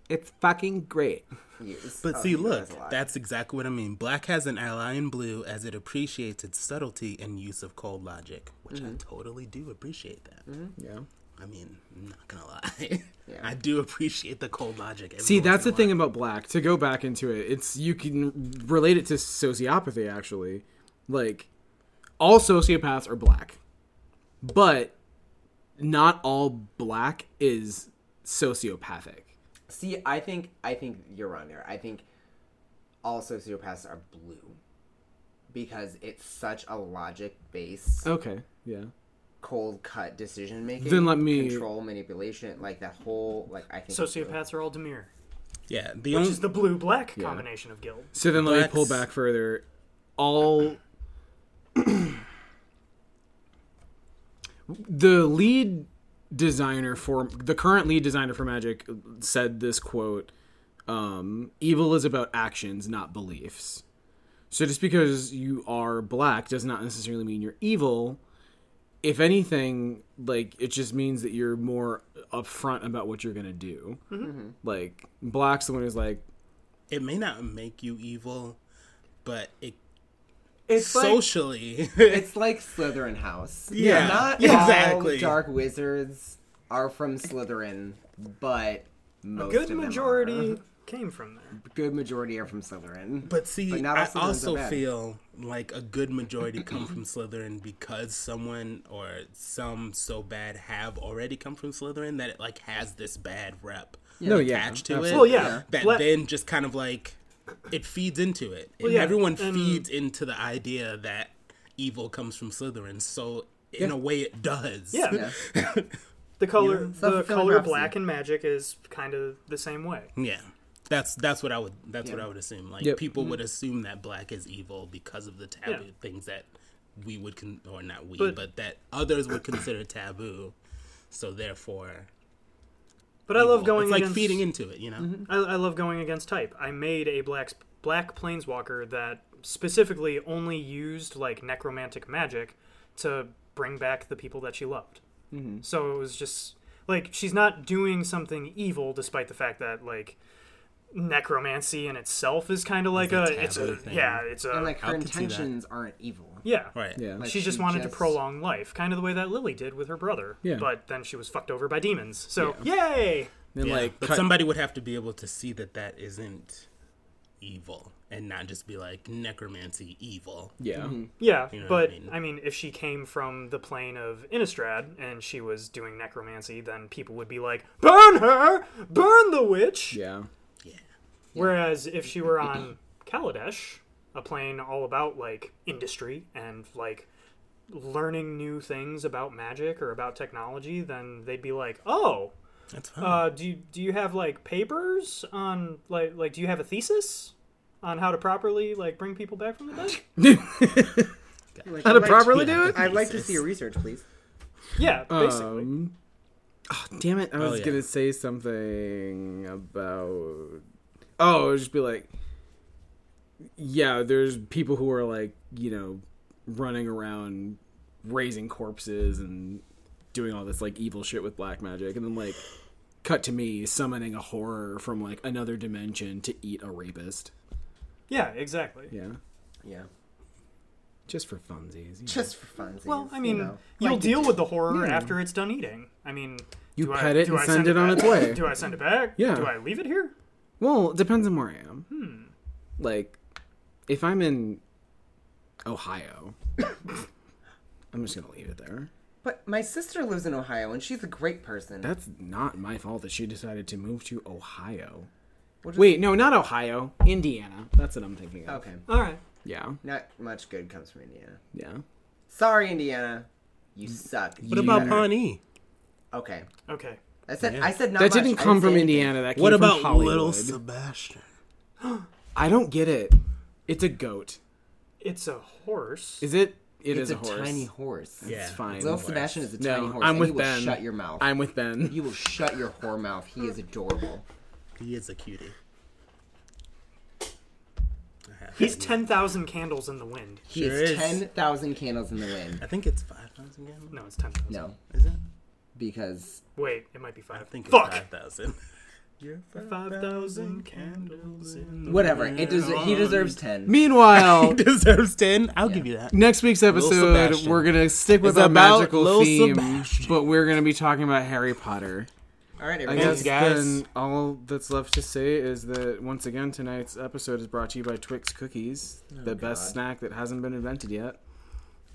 [SPEAKER 4] It's fucking great.
[SPEAKER 1] use
[SPEAKER 2] But
[SPEAKER 1] Oh,
[SPEAKER 2] see,
[SPEAKER 1] you guys
[SPEAKER 2] look,
[SPEAKER 1] a lot.
[SPEAKER 2] that's exactly what I mean. Black has an ally in blue as it appreciates its subtlety and use of cold logic, which I totally do appreciate that.
[SPEAKER 4] Yeah.
[SPEAKER 2] I mean, I'm not gonna lie.
[SPEAKER 1] Yeah.
[SPEAKER 2] I do appreciate the cold logic. every
[SPEAKER 4] See,
[SPEAKER 2] once
[SPEAKER 4] that's the
[SPEAKER 2] in a
[SPEAKER 4] thing
[SPEAKER 2] while.
[SPEAKER 4] about black. To go back into it, it's you can relate it to sociopathy actually. Like all sociopaths are black. But not all black is sociopathic.
[SPEAKER 1] see i think i think you're on there i think all sociopaths are blue because it's such a logic based
[SPEAKER 4] Okay. Yeah.
[SPEAKER 1] cold cut decision making
[SPEAKER 4] Then let me-
[SPEAKER 1] control manipulation like that whole like i think
[SPEAKER 3] sociopaths are all demure,
[SPEAKER 2] Yeah, the
[SPEAKER 3] which
[SPEAKER 2] only
[SPEAKER 3] is the blue-black combination of guild.
[SPEAKER 4] So then let me pull
[SPEAKER 2] Blacks-
[SPEAKER 4] back further. All the lead designer for the current lead designer for Magic said this quote um, Evil is about actions, not beliefs. So just because you are black does not necessarily mean you're evil. If anything, like it just means that you're more upfront about what you're gonna do.
[SPEAKER 2] Mm-hmm.
[SPEAKER 4] Like black's the one who's like,
[SPEAKER 2] it may not make you evil, but it
[SPEAKER 1] it's
[SPEAKER 2] socially.
[SPEAKER 1] It's like Slytherin House.
[SPEAKER 2] Yeah.
[SPEAKER 1] not
[SPEAKER 2] Yeah,
[SPEAKER 1] exactly.
[SPEAKER 2] exactly.
[SPEAKER 1] all dark wizards are from Slytherin, but most
[SPEAKER 3] Good
[SPEAKER 1] of them
[SPEAKER 3] majority
[SPEAKER 1] are.
[SPEAKER 2] uh-huh.
[SPEAKER 3] came from there.
[SPEAKER 1] good majority are from Slytherin.
[SPEAKER 2] But see,
[SPEAKER 1] But not all
[SPEAKER 2] I
[SPEAKER 1] Slytherins are
[SPEAKER 2] also
[SPEAKER 1] bad.
[SPEAKER 2] feel like a good majority come from Slytherin because someone or some so bad have already come from Slytherin that it like has this bad rep
[SPEAKER 4] No, yeah,
[SPEAKER 2] attached to it.
[SPEAKER 4] absolutely.
[SPEAKER 3] Well, yeah.
[SPEAKER 2] That
[SPEAKER 3] Bla-
[SPEAKER 2] then just kind of like it feeds into it. And
[SPEAKER 3] yeah,
[SPEAKER 2] everyone
[SPEAKER 3] and-
[SPEAKER 2] feeds into the idea that evil comes from Slytherin. So in a way, it does.
[SPEAKER 3] Yeah.
[SPEAKER 1] Yeah.
[SPEAKER 3] The color, the
[SPEAKER 1] self-fulfilling
[SPEAKER 3] color
[SPEAKER 1] prophecy.
[SPEAKER 3] black in Magic is kind of the same way.
[SPEAKER 2] Yeah. That's that's what I would that's what I would assume. Like
[SPEAKER 4] Yep.
[SPEAKER 2] people would assume that black is evil because of the taboo
[SPEAKER 3] Yeah.
[SPEAKER 2] things that we would con- or not we
[SPEAKER 3] But-
[SPEAKER 2] but, that others would consider taboo. So therefore,
[SPEAKER 3] But I love
[SPEAKER 2] evil.
[SPEAKER 3] going
[SPEAKER 2] it's like
[SPEAKER 3] against-
[SPEAKER 2] feeding into it, you know.
[SPEAKER 3] I, I love going against type. I made a black black planeswalker that specifically only used like necromantic magic to bring back the people that she loved. Mm-hmm. So it was just like she's not doing something evil, despite the fact that like necromancy in itself is kind of like
[SPEAKER 2] a
[SPEAKER 3] a,
[SPEAKER 2] taboo
[SPEAKER 3] it's a
[SPEAKER 2] thing.
[SPEAKER 3] yeah it's a
[SPEAKER 1] and like her
[SPEAKER 2] I could see that.
[SPEAKER 1] intentions aren't evil.
[SPEAKER 3] yeah
[SPEAKER 2] Right.
[SPEAKER 4] yeah.
[SPEAKER 1] Like,
[SPEAKER 3] She just
[SPEAKER 1] she
[SPEAKER 3] wanted to
[SPEAKER 1] just-
[SPEAKER 3] prolong life, kind of the way that Lily did with her brother.
[SPEAKER 4] Yeah.
[SPEAKER 3] But then she was fucked over by demons. So yay!
[SPEAKER 4] then
[SPEAKER 2] Yeah,
[SPEAKER 4] like
[SPEAKER 2] but
[SPEAKER 4] cut-
[SPEAKER 2] somebody would have to be able to see that that isn't evil and not just be like necromancy evil.
[SPEAKER 4] yeah.
[SPEAKER 3] Yeah,
[SPEAKER 2] know what I
[SPEAKER 3] but I
[SPEAKER 2] mean?
[SPEAKER 3] mean? if she came from the plane of Innistrad and she was doing necromancy, then people would be like, "Burn her! Burn the witch!"
[SPEAKER 4] Yeah.
[SPEAKER 2] Yeah.
[SPEAKER 3] Whereas if she were on Kaladesh, a plane all about like industry and like learning new things about magic or about technology, then they'd be like, "Oh,
[SPEAKER 2] That's fine.
[SPEAKER 3] Uh, do you, do you have like papers on like like do you have a thesis on how to properly like bring people back from the dead?
[SPEAKER 1] Like,
[SPEAKER 4] How
[SPEAKER 1] I'd
[SPEAKER 4] to
[SPEAKER 1] like
[SPEAKER 4] properly do it?
[SPEAKER 1] I'd like to see your research, please.
[SPEAKER 3] yeah, basically.
[SPEAKER 4] Um, oh, damn it! I was
[SPEAKER 2] yeah.
[SPEAKER 4] gonna say something about. Oh, it would just be like, yeah, there's people who are like, you know, running around raising corpses and doing all this like evil shit with black magic, and then like, cut to me summoning a horror from like another dimension to eat a rapist.
[SPEAKER 3] Yeah, exactly.
[SPEAKER 4] Yeah,
[SPEAKER 1] Yeah.
[SPEAKER 4] just for funsies. you know.
[SPEAKER 1] Just for fun.
[SPEAKER 3] Well, I mean, you will deal with the horror after it's done eating. I mean,
[SPEAKER 4] You
[SPEAKER 3] do
[SPEAKER 4] pet
[SPEAKER 3] I,
[SPEAKER 4] it
[SPEAKER 3] do
[SPEAKER 4] and
[SPEAKER 3] I
[SPEAKER 4] send it on
[SPEAKER 3] back?
[SPEAKER 4] its way.
[SPEAKER 3] Do I send it back?
[SPEAKER 4] Yeah.
[SPEAKER 3] Do I leave it here?
[SPEAKER 4] Well, it depends on where I am.
[SPEAKER 1] Hmm.
[SPEAKER 4] Like, if I'm in Ohio, I'm just gonna leave it there.
[SPEAKER 1] But my sister lives in Ohio, and she's a great person.
[SPEAKER 4] That's not my fault that she decided to move to Ohio.
[SPEAKER 1] What is-
[SPEAKER 4] Wait, no, not Ohio, Indiana. That's what I'm thinking of.
[SPEAKER 1] okay.
[SPEAKER 3] All right.
[SPEAKER 4] Yeah,
[SPEAKER 1] Not much good comes from Indiana.
[SPEAKER 4] yeah.
[SPEAKER 1] Sorry, Indiana. You suck.
[SPEAKER 2] what
[SPEAKER 1] You
[SPEAKER 2] about
[SPEAKER 1] better-
[SPEAKER 2] Pawnee?
[SPEAKER 1] Okay.
[SPEAKER 3] Okay.
[SPEAKER 1] I said. I said not
[SPEAKER 4] That
[SPEAKER 1] much.
[SPEAKER 4] didn't
[SPEAKER 1] I
[SPEAKER 4] come
[SPEAKER 1] didn't
[SPEAKER 4] from
[SPEAKER 1] say anything.
[SPEAKER 4] Indiana. That came
[SPEAKER 2] What
[SPEAKER 4] from
[SPEAKER 2] about
[SPEAKER 4] Hollywood.
[SPEAKER 2] Little Sebastian?
[SPEAKER 4] I don't get it. It's a goat.
[SPEAKER 3] It's a horse.
[SPEAKER 4] Is it? it's
[SPEAKER 1] It's a,
[SPEAKER 4] a, horse.
[SPEAKER 1] tiny horse.
[SPEAKER 2] Yeah, it's
[SPEAKER 4] fine.
[SPEAKER 1] Little
[SPEAKER 4] horse.
[SPEAKER 1] Sebastian is a
[SPEAKER 4] no,
[SPEAKER 1] tiny horse.
[SPEAKER 4] I'm
[SPEAKER 1] and
[SPEAKER 4] with
[SPEAKER 1] you will
[SPEAKER 4] Ben.
[SPEAKER 1] Shut your mouth.
[SPEAKER 4] I'm with Ben.
[SPEAKER 1] You will shut your whore mouth. He is adorable.
[SPEAKER 2] He is a cutie.
[SPEAKER 3] He's 10,000 candles in the wind.
[SPEAKER 1] He
[SPEAKER 2] Sure
[SPEAKER 1] is
[SPEAKER 2] is.
[SPEAKER 1] ten thousand candles in the wind.
[SPEAKER 2] I think it's five thousand gallons.
[SPEAKER 3] No, it's 10,000.
[SPEAKER 1] No,
[SPEAKER 2] Is it?
[SPEAKER 1] because
[SPEAKER 3] Wait, it might be 5.
[SPEAKER 2] I think
[SPEAKER 3] Fuck!
[SPEAKER 2] it's five thousand. You're
[SPEAKER 3] 5,000 candles in the
[SPEAKER 1] whatever. It does. He deserves ten.
[SPEAKER 4] Meanwhile,
[SPEAKER 2] deserves ten. I'll give you that.
[SPEAKER 4] Next week's episode,
[SPEAKER 2] Sebastian.
[SPEAKER 4] we're gonna stick with
[SPEAKER 2] It's
[SPEAKER 4] a
[SPEAKER 2] about
[SPEAKER 4] magical
[SPEAKER 2] Lil
[SPEAKER 4] theme,
[SPEAKER 2] Sebastian.
[SPEAKER 4] but we're gonna be talking about Harry Potter.
[SPEAKER 1] All right,
[SPEAKER 4] I
[SPEAKER 1] everybody.
[SPEAKER 4] guess
[SPEAKER 2] guys.
[SPEAKER 4] then all that's left to say is that once again tonight's episode is brought to you by Twix Cookies, the best
[SPEAKER 1] God.
[SPEAKER 4] snack that hasn't been invented yet.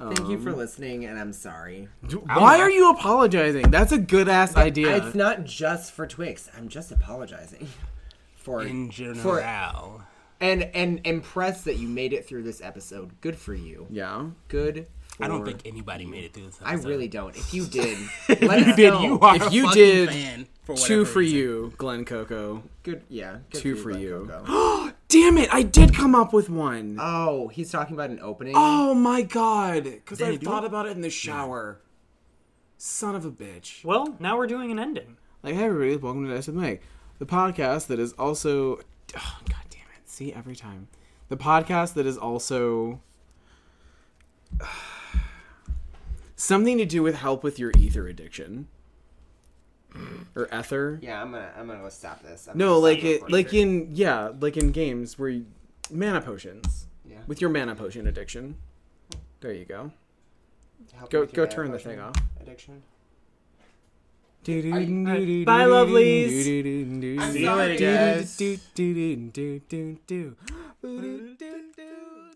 [SPEAKER 1] Thank you for listening, and I'm sorry.
[SPEAKER 4] Why are you apologizing? That's a good ass idea.
[SPEAKER 1] It's not just for Twix. I'm just apologizing for
[SPEAKER 2] In general,
[SPEAKER 1] for and and impressed that you made it through this episode. Good for you.
[SPEAKER 4] yeah.
[SPEAKER 1] Good. For,
[SPEAKER 2] I don't think anybody made it through this.
[SPEAKER 1] I
[SPEAKER 2] Episode.
[SPEAKER 1] really don't. If you did, let us
[SPEAKER 2] If you
[SPEAKER 1] know.
[SPEAKER 2] did, you are
[SPEAKER 4] If
[SPEAKER 2] a
[SPEAKER 4] you
[SPEAKER 2] fucking
[SPEAKER 4] did
[SPEAKER 2] fan for
[SPEAKER 4] Two
[SPEAKER 2] whatever
[SPEAKER 4] for
[SPEAKER 2] reason.
[SPEAKER 4] you, Glen Coco.
[SPEAKER 1] Good. Yeah. good
[SPEAKER 4] Two for
[SPEAKER 1] Glen
[SPEAKER 4] you.
[SPEAKER 1] Coco.
[SPEAKER 4] Damn it! I did come up with one.
[SPEAKER 1] Oh, he's talking about an opening.
[SPEAKER 4] oh my god! Because I
[SPEAKER 2] Danny, do
[SPEAKER 4] thought
[SPEAKER 2] it.
[SPEAKER 4] about it in the shower. Son of a bitch.
[SPEAKER 3] Well, now we're doing an ending.
[SPEAKER 4] Like, hey everybody, welcome to Dice with Mike, the podcast that is also, oh, god damn it, see every time, the podcast that is also something to do with help with your ether addiction or ether.
[SPEAKER 1] Yeah, I'm gonna I'm gonna go stop this. I'm
[SPEAKER 4] No,
[SPEAKER 1] gonna
[SPEAKER 4] like
[SPEAKER 1] stop
[SPEAKER 4] it,
[SPEAKER 1] recording.
[SPEAKER 4] like in yeah, like in games where you, mana potions
[SPEAKER 1] Yeah.
[SPEAKER 4] with your mana potion addiction. There you go.
[SPEAKER 1] Help
[SPEAKER 4] Go
[SPEAKER 1] with your
[SPEAKER 4] go turn the
[SPEAKER 1] addiction-
[SPEAKER 4] thing off.
[SPEAKER 1] Addiction.
[SPEAKER 4] Bye,
[SPEAKER 3] Bye, lovelies.
[SPEAKER 1] I'm sorry, guys.
[SPEAKER 4] Do do do do do do do do do do.